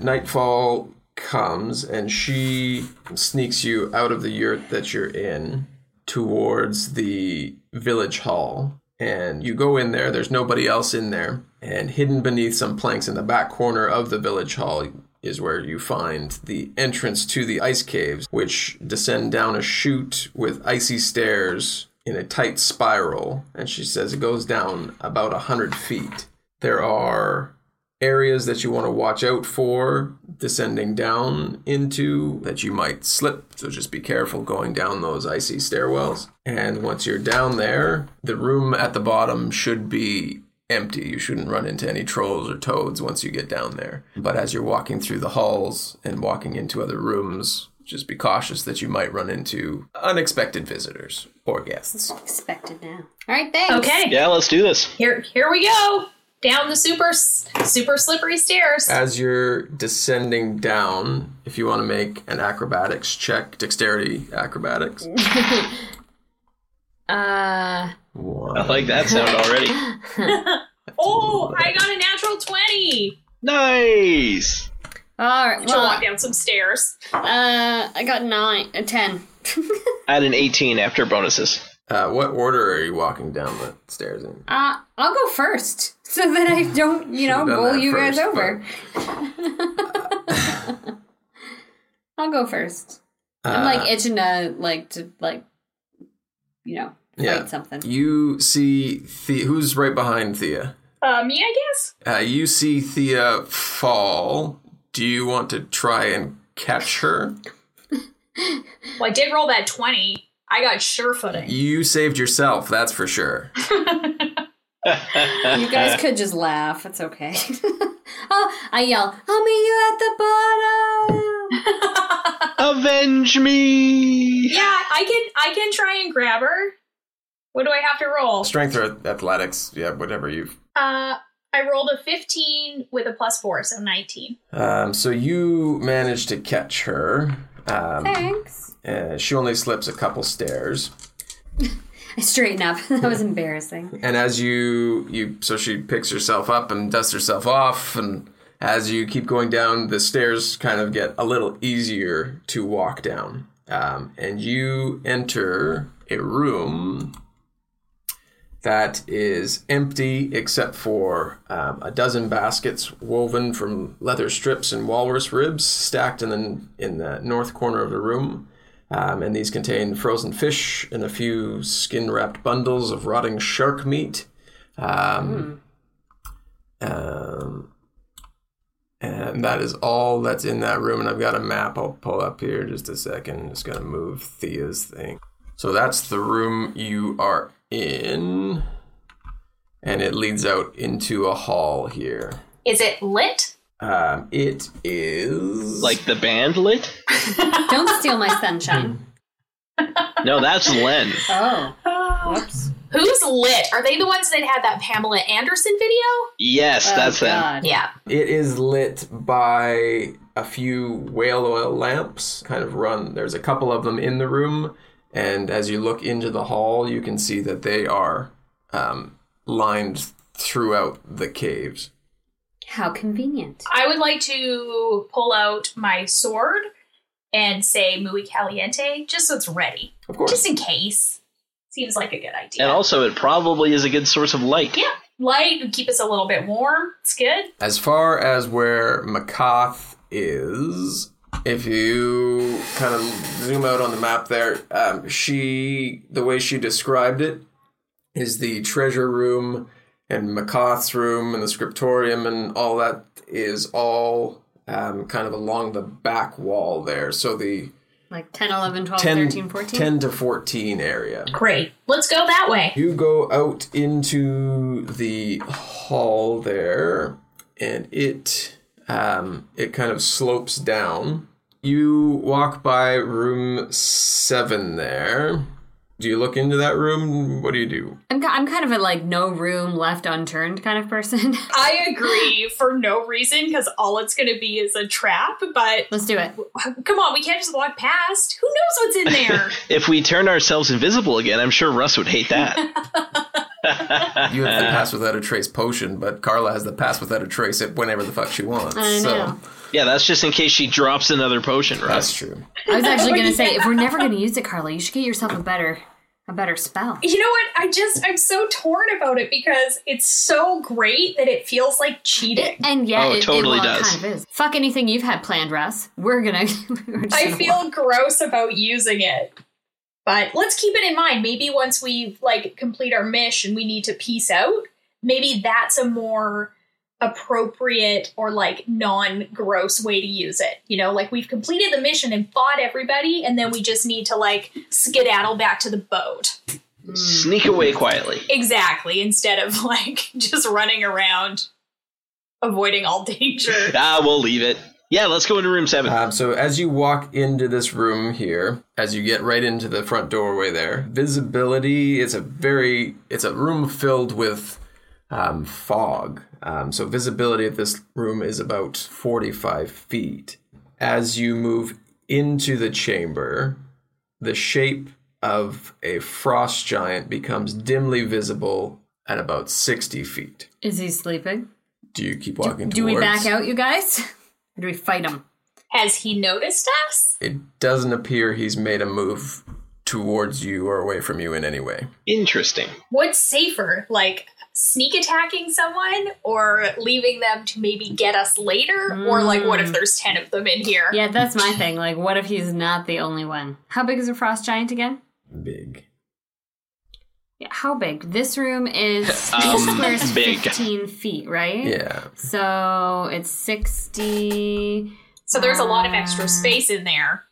Nightfall comes and she sneaks you out of the yurt that you're in towards the village hall. And you go in there, there's nobody else in there. And hidden beneath some planks in the back corner of the village hall is where you find the entrance to the ice caves, which descend down a chute with icy stairs in a tight spiral. And she says it goes down about a 100 feet. There are areas that you want to watch out for descending down into that you might slip so just be careful going down those icy stairwells and once you're down there the room at the bottom should be empty you shouldn't run into any trolls or toads once you get down there but as you're walking through the halls and walking into other rooms just be cautious that you might run into unexpected visitors or guests Expected now. All right, thanks. Okay. Yeah, let's do this. Here, here we go. Down the super, s- super slippery stairs. As you're descending down, if you want to make an acrobatics check, dexterity acrobatics, Uh, One. I like that sound already. Oh, I got a natural 20 Nice. all right. to walk Well, down some stairs. uh, I got nine, a ten. [laughs] Add an 18 after bonuses. Uh, what order are you walking down the stairs in? Uh, I'll go first so that I don't, you know, Should've done bowl that you guys first, over. [laughs] I'll go first. I'm Uh, like itching to like to like, you know, fight Yeah. something. You see Thea. Who's right behind Thea? Uh, me, I guess? Uh, you see Thea fall. Do you want to try and catch her? Well, I did roll that 20. I got sure footing. You saved yourself, that's for [laughs] sure. You guys [laughs] could just laugh. It's okay. [laughs] oh, I yell, I'll meet you at the bottom. Avenge me. Yeah, I can I can try and grab her. What do I have to roll? Strength or athletics, yeah, whatever you. Uh, I rolled a 15 with a plus 4, so 19. Um, so you managed to catch her. Um, Thanks. uh, she only slips a couple stairs, I straighten up. [laughs] that [laughs] was embarrassing. and as you you, so she picks herself up and dusts herself off, and as you keep going down, the stairs kind of get a little easier to walk down, um, and you enter a room that is empty except for um, a dozen baskets woven from leather strips and walrus ribs stacked in the, in the north corner of the room. Um, and these contain frozen fish and a few skin wrapped bundles of rotting shark meat. Um, Hmm. um, and that is all that's in that room. And I've got a map I'll pull up here just a second. Just going to move Thea's thing. So that's the room you are in. And it leads out into a hall here. Is it lit? Um, it is. Like the band lit? don't steal my sunshine. No, that's Len. [laughs] Oh, whoops. Who's lit? Are they the ones that had that Pamela Anderson video? Yes, that's oh, them. God. Yeah. It is lit by a few whale oil lamps, kind of run. There's a couple of them in the room, and as you look into the hall, you can see that they are um, lined throughout the caves. How convenient. I would like to pull out my sword and say muy caliente just so it's ready. Of course. Just in case. Seems like a good idea. And also, it probably is a good source of light. yeah, light would keep us a little bit warm. It's good. As far as where Macath is, if you kind of zoom out on the map there, um, she, the way she described it, is the treasure room and Macath's room and the scriptorium and all that is all um, kind of along the back wall there. So the Like 10, 11, 12, 10, 13, 14? 10 to 14 area. Great. Let's go that way. You go out into the hall there, and it um, it kind of slopes down. You walk by room seven there. Do you look into that room? What do you do? I'm, ki- I'm kind of a like no room left unturned kind of person. [laughs] I agree for no reason because all it's going to be is a trap, but Let's do it. come on, we can't just walk past. Who knows what's in [laughs] there? If we turned ourselves invisible again, I'm sure Russ would hate that. You [laughs] have the pass without a trace potion, but Carla has the pass without a trace it whenever the fuck she wants. I know. So yeah, that's just in case she drops another potion, that's Russ. true. I was actually going to say, [laughs] if we're never going to use it, Carla, you should get yourself a better a better spell. you know what? I just, I'm so torn about it because it's so great that it feels like cheating. And yeah, Oh, it, it- totally well, it does. kind of is. Fuck anything you've had planned, Russ. We're gonna. [laughs] we're just I gonna feel walk. gross about using it. But let's keep it in mind. Maybe once we like complete our mission, we need to peace out. Maybe that's a more appropriate or like non-gross way to use it. You know, like we've completed the mission and fought everybody and then we just need to like skedaddle back to the boat. Sneak away quietly. Exactly, instead of [laughs] like just running around avoiding [laughs] all danger. [laughs] Ah, we'll leave it. Yeah, let's go into room seven. Um, so as you walk into this room here, as you get right into the front doorway there, visibility is a very it's a room filled with um, fog. Um, so visibility of this room is about forty five feet. As you move into the chamber, the shape of a frost giant becomes dimly visible at about 60 feet. Is he sleeping? Do you keep walking Do we towards? back out, you guys? [laughs] Or do we fight him? Has he noticed us? It doesn't appear he's made a move towards you or away from you in any way. Interesting. What's safer, like sneak attacking someone or leaving them to maybe get us later? Or like, what if there's 10 of them in here? Hmm. Yeah, that's my thing. Like, what if he's not the only one? How big is a frost giant again? Big. Yeah, how big? This room is Um, this square is big. 15 feet, right? Yeah. So it's 60, So there's a lot of extra space in there.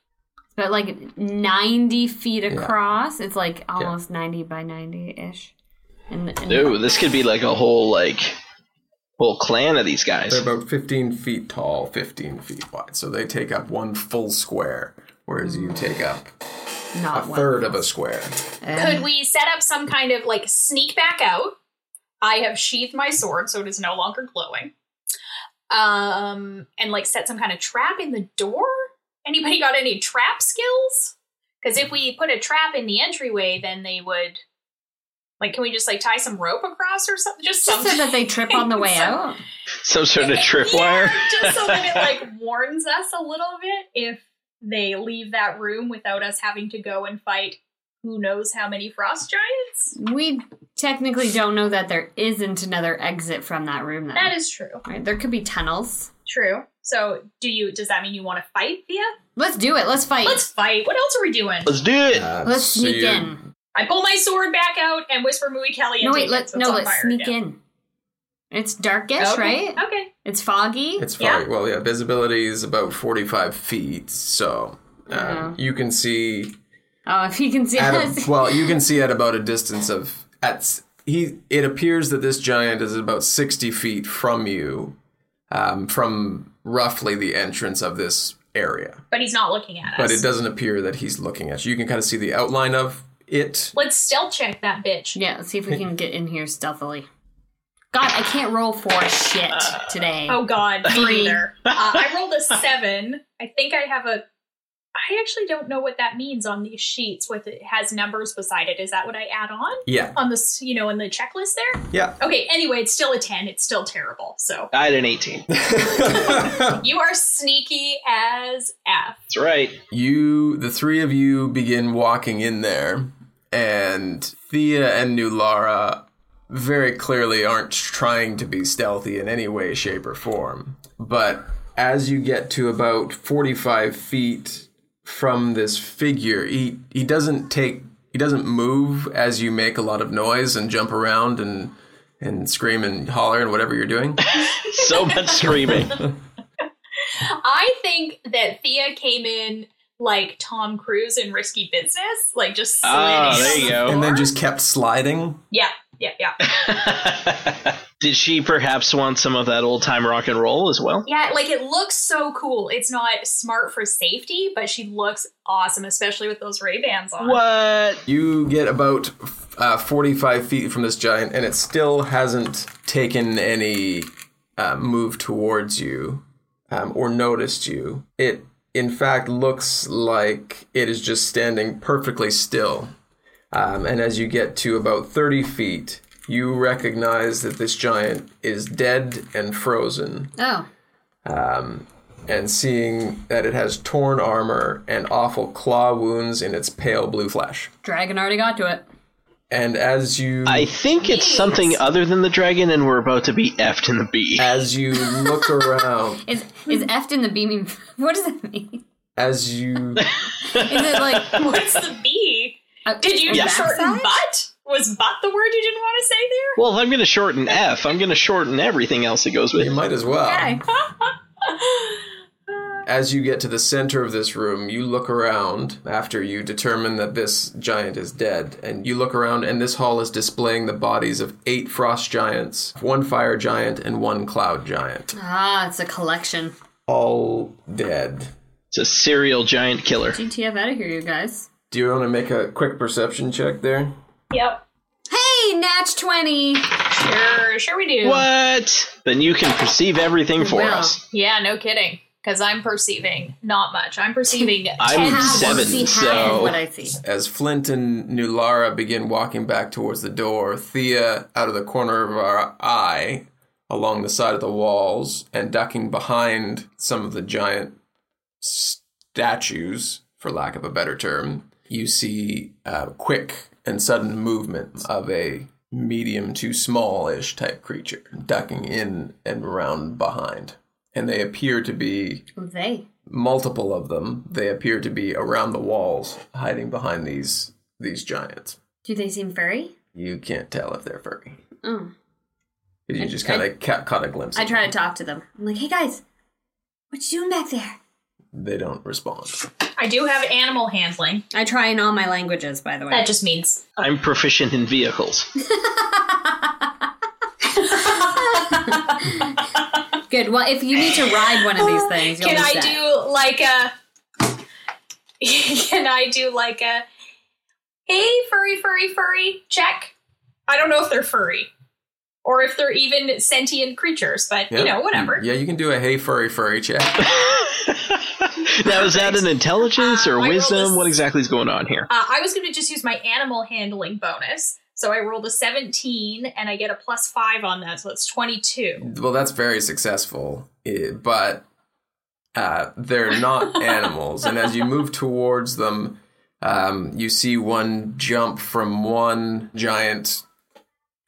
but like 90 feet across. It's like almost 90 by 90 ish. And, and Ooh, this could be like a whole like whole clan of these guys. They're about 15 feet tall, 15 feet wide. So they take up one full square, whereas you take up a not one. Um, third of a square. Could we set up some kind of like sneak back out? I have sheathed my sword, so it is no longer glowing. Um, and like set some kind of trap in the door? Anybody got any trap skills? Because if we put a trap in the entryway, then they would. Like, can we just like tie some rope across or something? Just Just something so that they trip on [laughs] the way out. Some sort of tripwire. Yeah, just so that it like warns us a little bit if they leave that room without us having to go and fight who knows how many frost giants. We technically don't know that there isn't another exit from that room. Though. That is true. right, there could be tunnels. True. So, do you? Does that mean you want to fight, Thea? Let's do it. Let's fight. Let's fight. What else are we doing? Let's do it. Uh, Let's so sneak you're- in. I pull my sword back out and whisper "Muy Caliente." No, wait. again, Let's so no. it's on Let's fire sneak again. in. It's darkish, Okay, right? Okay. It's foggy. It's Yeah. far Well, yeah, visibility is about 45 feet, so uh, Yeah. you can see oh, if you can see at us. [laughs] a, well, you can see at about a distance of at s- he. It appears that this giant is about sixty feet from you, um, from roughly the entrance of this area. But he's not looking at us. But it doesn't appear that he's looking at you. You can kind of see the outline of it. Let's stealth check that bitch. yeah. Let's see if we can get in here stealthily. God, I can't roll for shit today. Oh God, me Three. either. Uh, I rolled [laughs] a seven. I think I have a. I actually don't know what that means on these sheets. With it has numbers beside it. Is that what I add on Yeah, on this? You know, in the checklist there. [laughs] yeah. Okay. Anyway, it's still a ten. It's still terrible. So I had an 18. That's you are sneaky as f. right. You, the three of you, begin walking in there, and Thea and New Lara very clearly aren't trying to be stealthy in any way, shape, or form. But as you get to about 45 feet from this figure, he, he doesn't take, he doesn't move as you make a lot of noise and jump around and, and scream and holler and whatever you're doing. [laughs] So [laughs] much screaming. [laughs] I think that Thea came in like Tom Cruise in Risky Business, like just slid Ah, in there on you the go. And then floor. just kept sliding. yeah, yeah, yeah. Did she perhaps want some of that old time rock and roll as well? Yeah, like it looks so cool. It's not smart for safety, but she looks awesome, especially with those Ray Bans on. What? You get about uh, 45 feet from this giant, and it still hasn't taken any uh, move towards you um, or noticed you. It, in fact, looks like it is just standing perfectly still. Um, and as you get to about 30 feet, you recognize that this giant is dead and frozen. Um, Oh, And seeing that it has torn armor and awful claw wounds in its pale blue flesh. dragon already got to it. And as you. I think it's something other than the dragon, and we're about to be effed in the bee. as you look around, Is is Hmm. effed in the beaming? [laughs] What does that mean? as you Is it [laughs] like? What's the B? uh, Did you a just shorten backside? butt? Was butt the word you didn't want to say there? [laughs] Well, if I'm going to shorten F, I'm going to shorten everything else that goes with you it. might as well. [laughs] Okay. As you get to the center of this room, you look around after you determine that this giant is dead. And you look around, and this hall is displaying the bodies of eight frost giants, one fire giant, and one cloud giant. Ah, it's a collection. All dead. It's a serial giant killer. GTF out of here, you guys. Do you want to make a quick perception check there? Yep. Hey, Natch 20! Sure, sure we do. What? Then you can perceive everything for Wow. us. Yeah, no kidding. because I'm perceiving not much. I'm perceiving I'm 10. seven, See half so- of what I see. As Flint and Nulara begin walking back towards the door, Thea, out of the corner of our eye, along the side of the walls, and ducking behind some of the giant statues, for lack of a better term, you see uh, quick and sudden movements of a medium to smallish type creature ducking in and round behind. And they appear to be They. multiple of them. They appear to be around the walls, hiding behind these these giants. Do they seem furry? You can't tell if they're furry. Oh. You just kind of ca- caught a glimpse. I of try to talk to them. I'm like, hey guys, what you doing back there? them. They don't respond. I do have animal handling. I try in all my languages, by the way. That just means I'm proficient in vehicles. Good. Well, if you need to ride one [laughs] of these things, you'll can use I that. do like a? [laughs] Can I do like a? Hey, furry, furry, furry, check. I don't know if they're furry, or if they're even sentient creatures, but you Yeah. know, whatever. Yeah, you can do a hey furry furry check. [laughs] now, is that an intelligence Uh, or I rolled wisdom? a- What exactly is going on here? Uh, I was going to just use my animal handling bonus, so I rolled a seventeen, and I get a plus five on that, so it's twenty-two. well, that's very successful, eh, but uh, they're not animals. And as you move towards them, um, you see one jump from one giant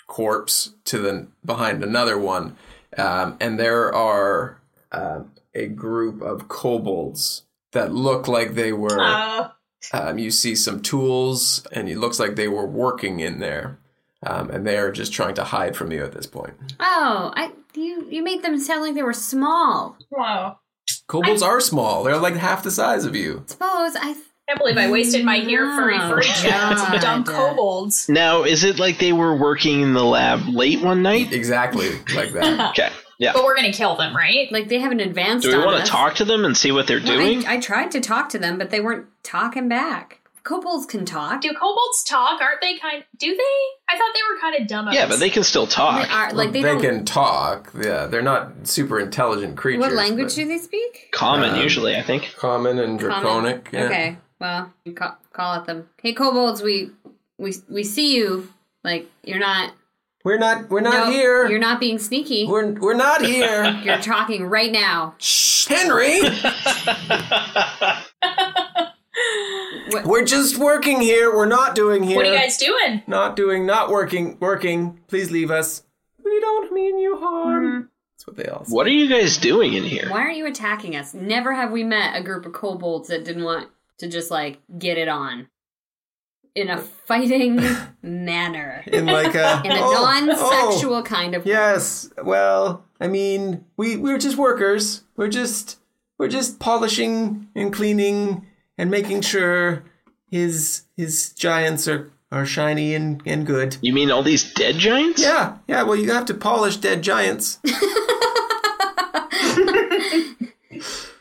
corpse to the behind another one, um, and there are uh, a group of kobolds that look like they were. Uh, Um, you see some tools, and it looks like they were working in there. Um, and they are just trying to hide from you at this point. Oh, I you you made them sound like they were small. wow! Kobolds are small. They're like half the size of you. Suppose I. Can't believe I wasted my year furry, Oh, furry check on some dumb God. kobolds. Now, is it like they were working in the lab late one night? Exactly like that. [laughs] [laughs] Okay, yeah. But we're gonna kill them, right? Like they haven't advanced. Do we on want us. to talk to them and see what they're Well, doing? I, I tried to talk to them, but they weren't talking back. Kobolds can talk. Do kobolds talk? Aren't they kind? Do they? I thought they were kind of dumb. yeah, but they can still They talk. are like they, they don't. can talk. Yeah, they're not super intelligent creatures. what language but do they speak? Common, Um, usually, I think. Common and draconic. Common. Okay. Well, you ca- call at them. Hey, kobolds, we we we see you. Like you're not. We're not. We're not no, here. You're not being sneaky. We're we're not here. [laughs] you're talking right now. Shh, [laughs] Henry, we're just working here. We're not doing here. What are you guys doing? not doing. Not working. Working. Please leave us. We don't mean you harm. That's what they all say. What are you guys doing in here? Mm-hmm. Why aren't you attacking us? Never have we met a group of kobolds that didn't want to just like get it on in [laughs] a fighting manner, In like a [laughs] in a Oh, non-sexual oh. kind of Yes. Well, I mean, we we're just workers. We're just we're just polishing and cleaning and making sure his his giants are are shiny and and good. You mean all these dead giants? Yeah. Yeah, well, you have to polish dead giants.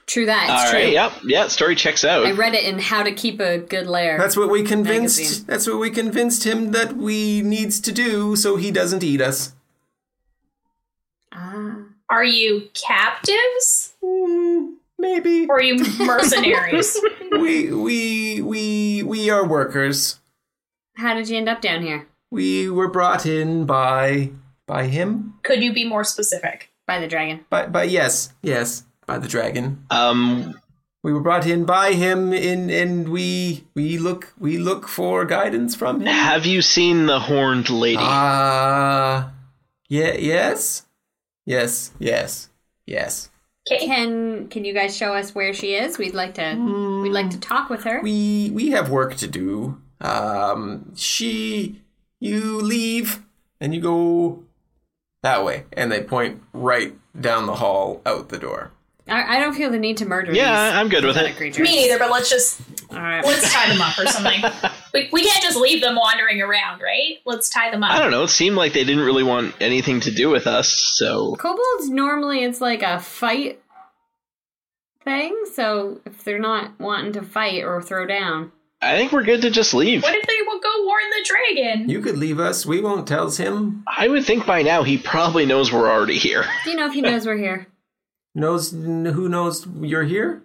True that. It's All true. right. Yep. Yeah. Story checks out. I read it in How to Keep a Good Lair. That's what we convinced Magazine. that's what we convinced him that we needs to do so he doesn't eat us. ah. Are you captives Mm, Hmm, maybe or are you mercenaries? [laughs] we we we we are workers. How did you end up down here? We were brought in by by him. Could you be more specific? By the dragon. By, by yes, yes, by the dragon. Um. We were brought in by him, in and we we look we look for guidance from him. Have you seen the horned lady? Ah, yeah, yes, yes, yes, yes. Okay. Can can you guys show us where she is? We'd like to we'd like to talk with her. Mm, We we have work to do. Um, she, you leave and you go that way, and they point right down the hall out the door. I, I don't feel the need to murder yeah, these I'm good with pathetic it. creatures. Me neither, but let's just All right. let's tie them up or [laughs] something. We, we can't just leave them wandering around, right? Let's tie them up. I don't know. It seemed like they didn't really want anything to do with us, so Kobolds normally it's like a fight thing, so if they're not wanting to fight or throw down. I think we're good to just leave. What if they will go warn the dragon? You could leave us. We won't tell him. I would think by now he probably knows we're already here. Do you know if he knows we're here? Knows who knows you're here?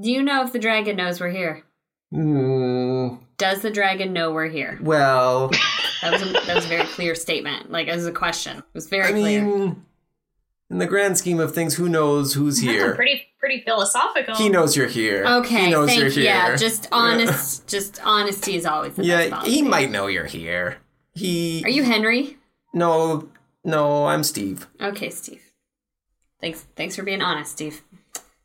Do you know if the dragon knows we're here? Hmm. Does the dragon know we're here? Well, That was a, that was a very clear statement. Like it was a question. It was very I clear. mean, in the grand scheme of things, who knows who's here? Pretty pretty philosophical. He knows you're here. Okay, he knows thank you're you. here. Yeah, just honest. just honesty is always the [laughs] best. Yeah, policy. he might know you're here. He Are you Henry? no, no. I'm Steve. Okay, Steve. Thanks. Thanks for being honest, Steve.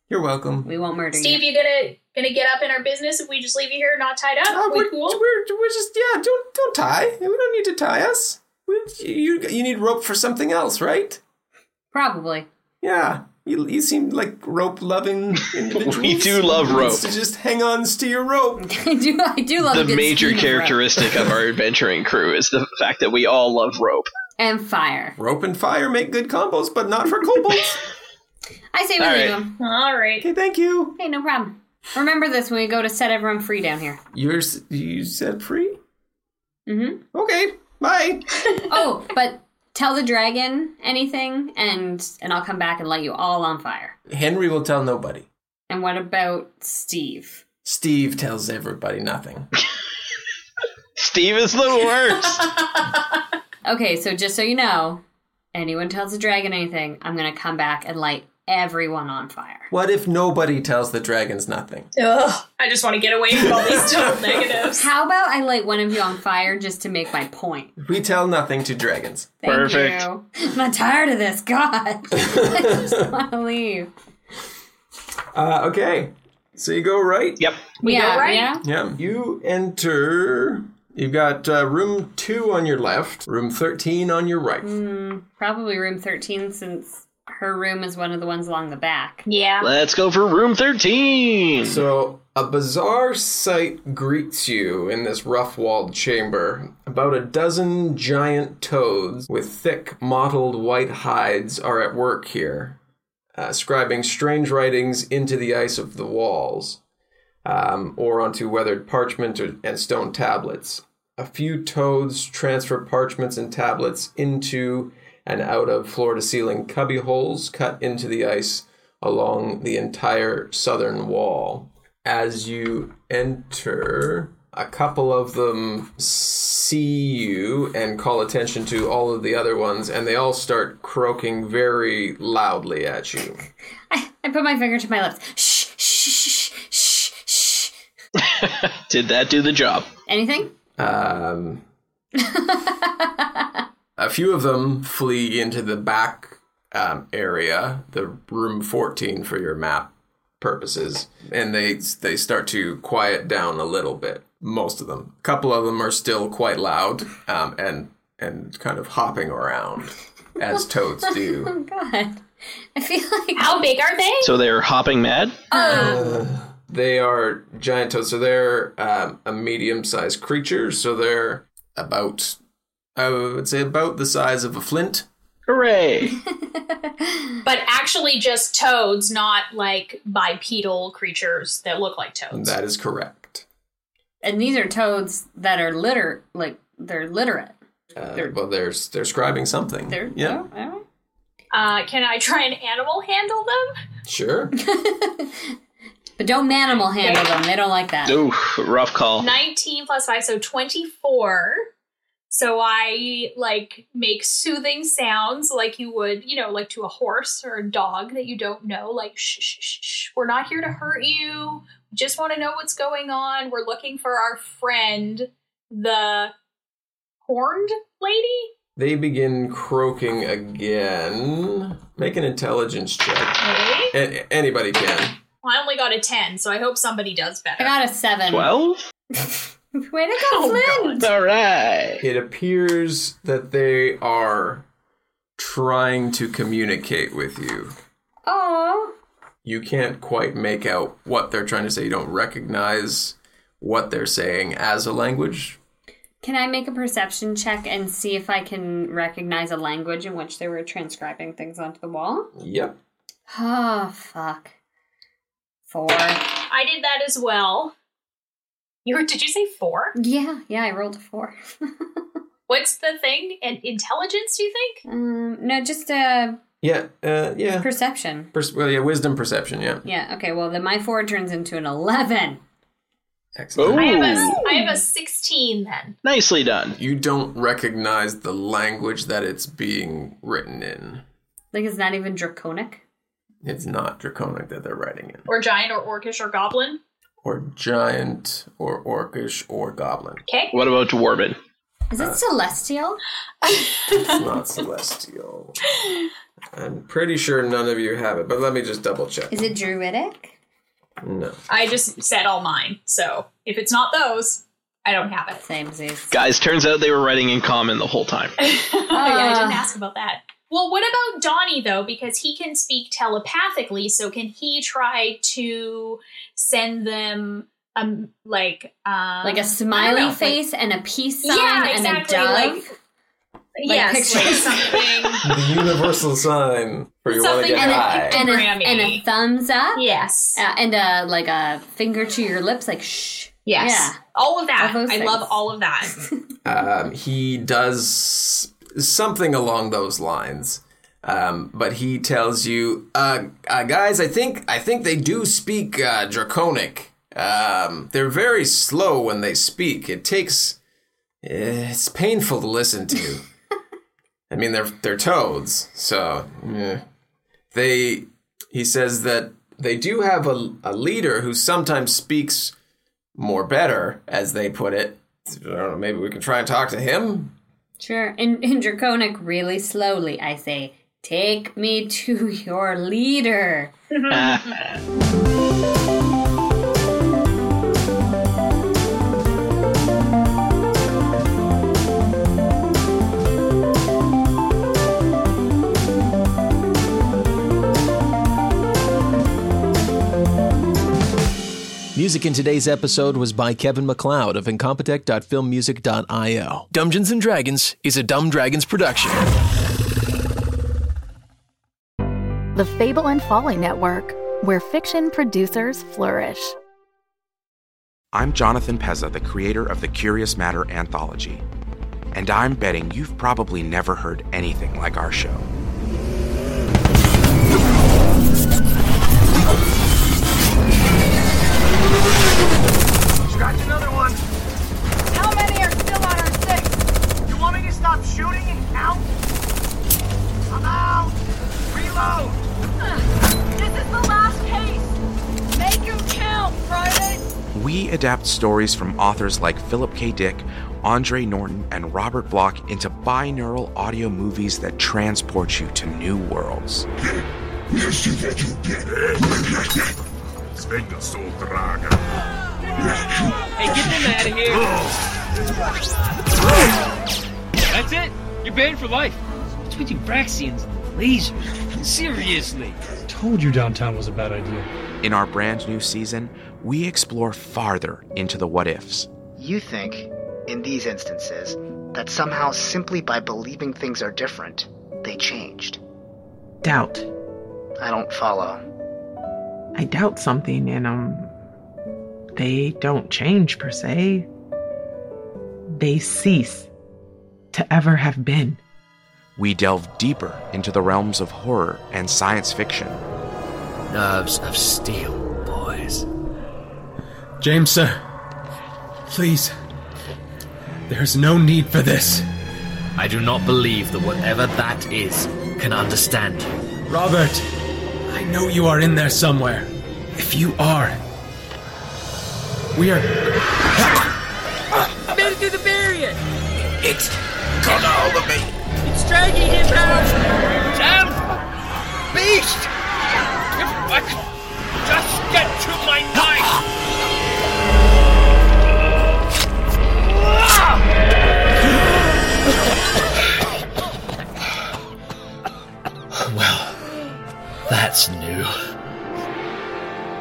You're welcome. We won't murder Steve, you. you gonna gonna get up in our business if we just leave you here not tied up? Oh, Uh, we we're, [laughs] cool. we're we're just yeah. Don't don't tie. We don't need to tie us. We, you you need rope for something else, right? Probably. Yeah. You, you seem like rope loving individuals. [laughs] [laughs] We do love Who wants rope. To just hang on to your rope. [laughs] I do. I do love a the good major scheme of rope. characteristic [laughs] of our adventuring crew is the fact that we all love rope. and fire. Rope and fire make good combos, but not for kobolds. [laughs] I say we All leave right. him. All right. okay, thank you. Hey, no problem. Remember this when we go to set everyone free down here. You're s- you said free. Mm-hmm. Okay, bye. [laughs] Oh, but tell the dragon anything, and and I'll come back and light you all on fire. Henry will tell nobody. And what about Steve? Steve tells everybody nothing. [laughs] Steve is the worst. Okay, so just so you know, anyone tells the dragon anything, I'm gonna come back and light everyone on fire. What if nobody tells the dragons nothing? Ugh. I just want to get away from all these [laughs] [laughs] double negatives. How about I light one of you on fire just to make my point? We tell nothing to dragons. Thank Perfect. you. I'm not tired of this. God, [laughs] I just want to leave. Uh, okay. So you go right. yep. We go yeah, right? yeah. Yeah. You enter. You've got uh, room two on your left, room 13 on your right. Mm, Probably room 13 since her room is one of the ones along the back. Yeah. Let's go for room 13. So a bizarre sight greets you in this rough walled chamber. About a dozen giant toads with thick, mottled white hides are at work here, uh, scribing strange writings into the ice of the walls, um, or onto weathered parchment or, and stone tablets. A few toads transfer parchments and tablets into and out of floor to ceiling cubby holes cut into the ice along the entire southern wall. As you enter, a couple of them see you and call attention to all of the other ones, and they all start croaking very loudly at you. I, I put my finger to my lips. Shh, shh, shh, shh, shh. Did that do the job? Anything? Um, a few of them flee into the back um, area, the room 14 for your map purposes, and they they start to quiet down a little bit. Most of them, a couple of them are still quite loud um, and and kind of hopping around as toads do. [laughs] Oh, God. I feel like. How big are they? Uh, So Oh. they're hopping mad? They are giant toads, so they're um, a medium-sized creature. So they're about, I would say, about the size of a flint. Hooray. But actually just toads, not like bipedal creatures that look like toads. That is correct. And these are toads that are litter, like, they're literate. Uh, They're- well, they're they're scribing something. They're. yeah, oh, all right. Uh, can I try and animal handle them? sure. But don't manimal handle them. They don't like that. Oof, rough call. 19 plus 5, so 24. So I like make soothing sounds like you would, you know, like to a horse or a dog that you don't know, like shh, shh, shh, shh. we're not here to hurt you. We just want to know what's going on. We're looking for our friend, the horned lady. they begin croaking again. Make an intelligence check. Hey. A- anybody can. Well, I only got a 10, so I hope somebody does I better. Oh, got a seven. 12? Way to go, Flynn! All right. It appears that they are trying to communicate with you. Oh, You can't quite make out what they're trying to say. You don't recognize what they're saying as a language. Can I make a perception check and see if I can recognize a language in which they were transcribing things onto the wall? Yep. Oh, fuck. Four. I did that as well. You did you say four? Yeah, yeah, I rolled a four. [laughs] What's the thing? An intelligence? Do you think? um, Mm, no, just a Yeah, uh, yeah. Perception. Pers- well, yeah, wisdom perception, yeah. Yeah. Okay. Well, then my four turns into an eleven. Excellent. Ooh. I have a I have a sixteen then. Nicely done. You don't recognize the language that it's being written in. Like it's not even draconic. It's not draconic that they're writing in, Or giant or orcish or goblin. or giant, or orcish, or goblin. Okay. What about Dwarven? Is [laughs] it celestial? It's not celestial. I'm pretty sure none of you have it, but let me just double check. Is it druidic? No. I just said all mine, so if it's not those, I don't have it. Same as Guys, turns out they were writing in common the whole time. [laughs] Oh yeah, I Ah. didn't ask about that. Well, what about Donnie though? Because he can speak telepathically, so can he try to send them um like um like a I smiley don't know, face and a peace sign yeah, exactly. and a Like, dove. yes, like pictures. something. The universal sign for you want to Something get And a, high. and, a, Grammy. and a thumbs up. yes. Uh, and a like a finger to your lips, like shh. Yes. Yeah. All of that. All those I things. love all of that. [laughs] Um, he does something along those lines, um, but he tells you, uh, uh, "Guys, I think I think they do speak uh, draconic. Um, they're very slow when they speak. It takes eh, it's painful to listen to. I mean, they're they're toads, so eh. they." He says that they do have a, a leader who sometimes speaks more better, as they put it. I don't know, maybe we can try and talk to him? Sure. In, in Draconic, really slowly, I say, Take me to your leader. Mm-hmm. Music in today's episode was by Kevin McLeod of incompetech.filmmusic.io. Dungeons and Dragons is a Dumb Dragons production. The Fable and Folly Network, where fiction producers flourish. I'm Jonathan Pezza, the creator of the Curious Matter anthology, and I'm betting you've probably never heard anything like our show. Scratch another one. How many are still on our six? You want me to stop shooting and count? I'm out. Reload. This is the last case. Make him count, Friday. We adapt stories from authors like Philip K. Dick, Andre Norton, and Robert Block into binaural audio movies that transport you to new worlds. Hey, get them out of here. That's it. You're banned for life. Between you Braxians and lasers. Seriously. [laughs] Told you downtown was a bad idea. In our brand new season, we explore farther into the what ifs. You think, in these instances, that somehow simply by believing things are different, they changed. Doubt. I don't follow. I doubt something and um they don't change per se. They cease to ever have been. We delve deeper into the realms of horror and science fiction. Nerves of steel, boys. James, sir. Please. There's no need for this. I do not believe that whatever that is can understand you. Robert! I know you are in there somewhere. If you are. We are. I made it through the barrier! It's got a hold of me! It's dragging him out! Damn beast! If I could just get to my knife. That's new.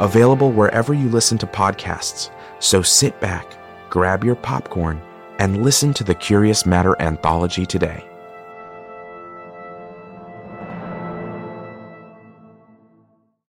Available wherever you listen to podcasts. So sit back, grab your popcorn, and listen to the Curious Matter anthology today.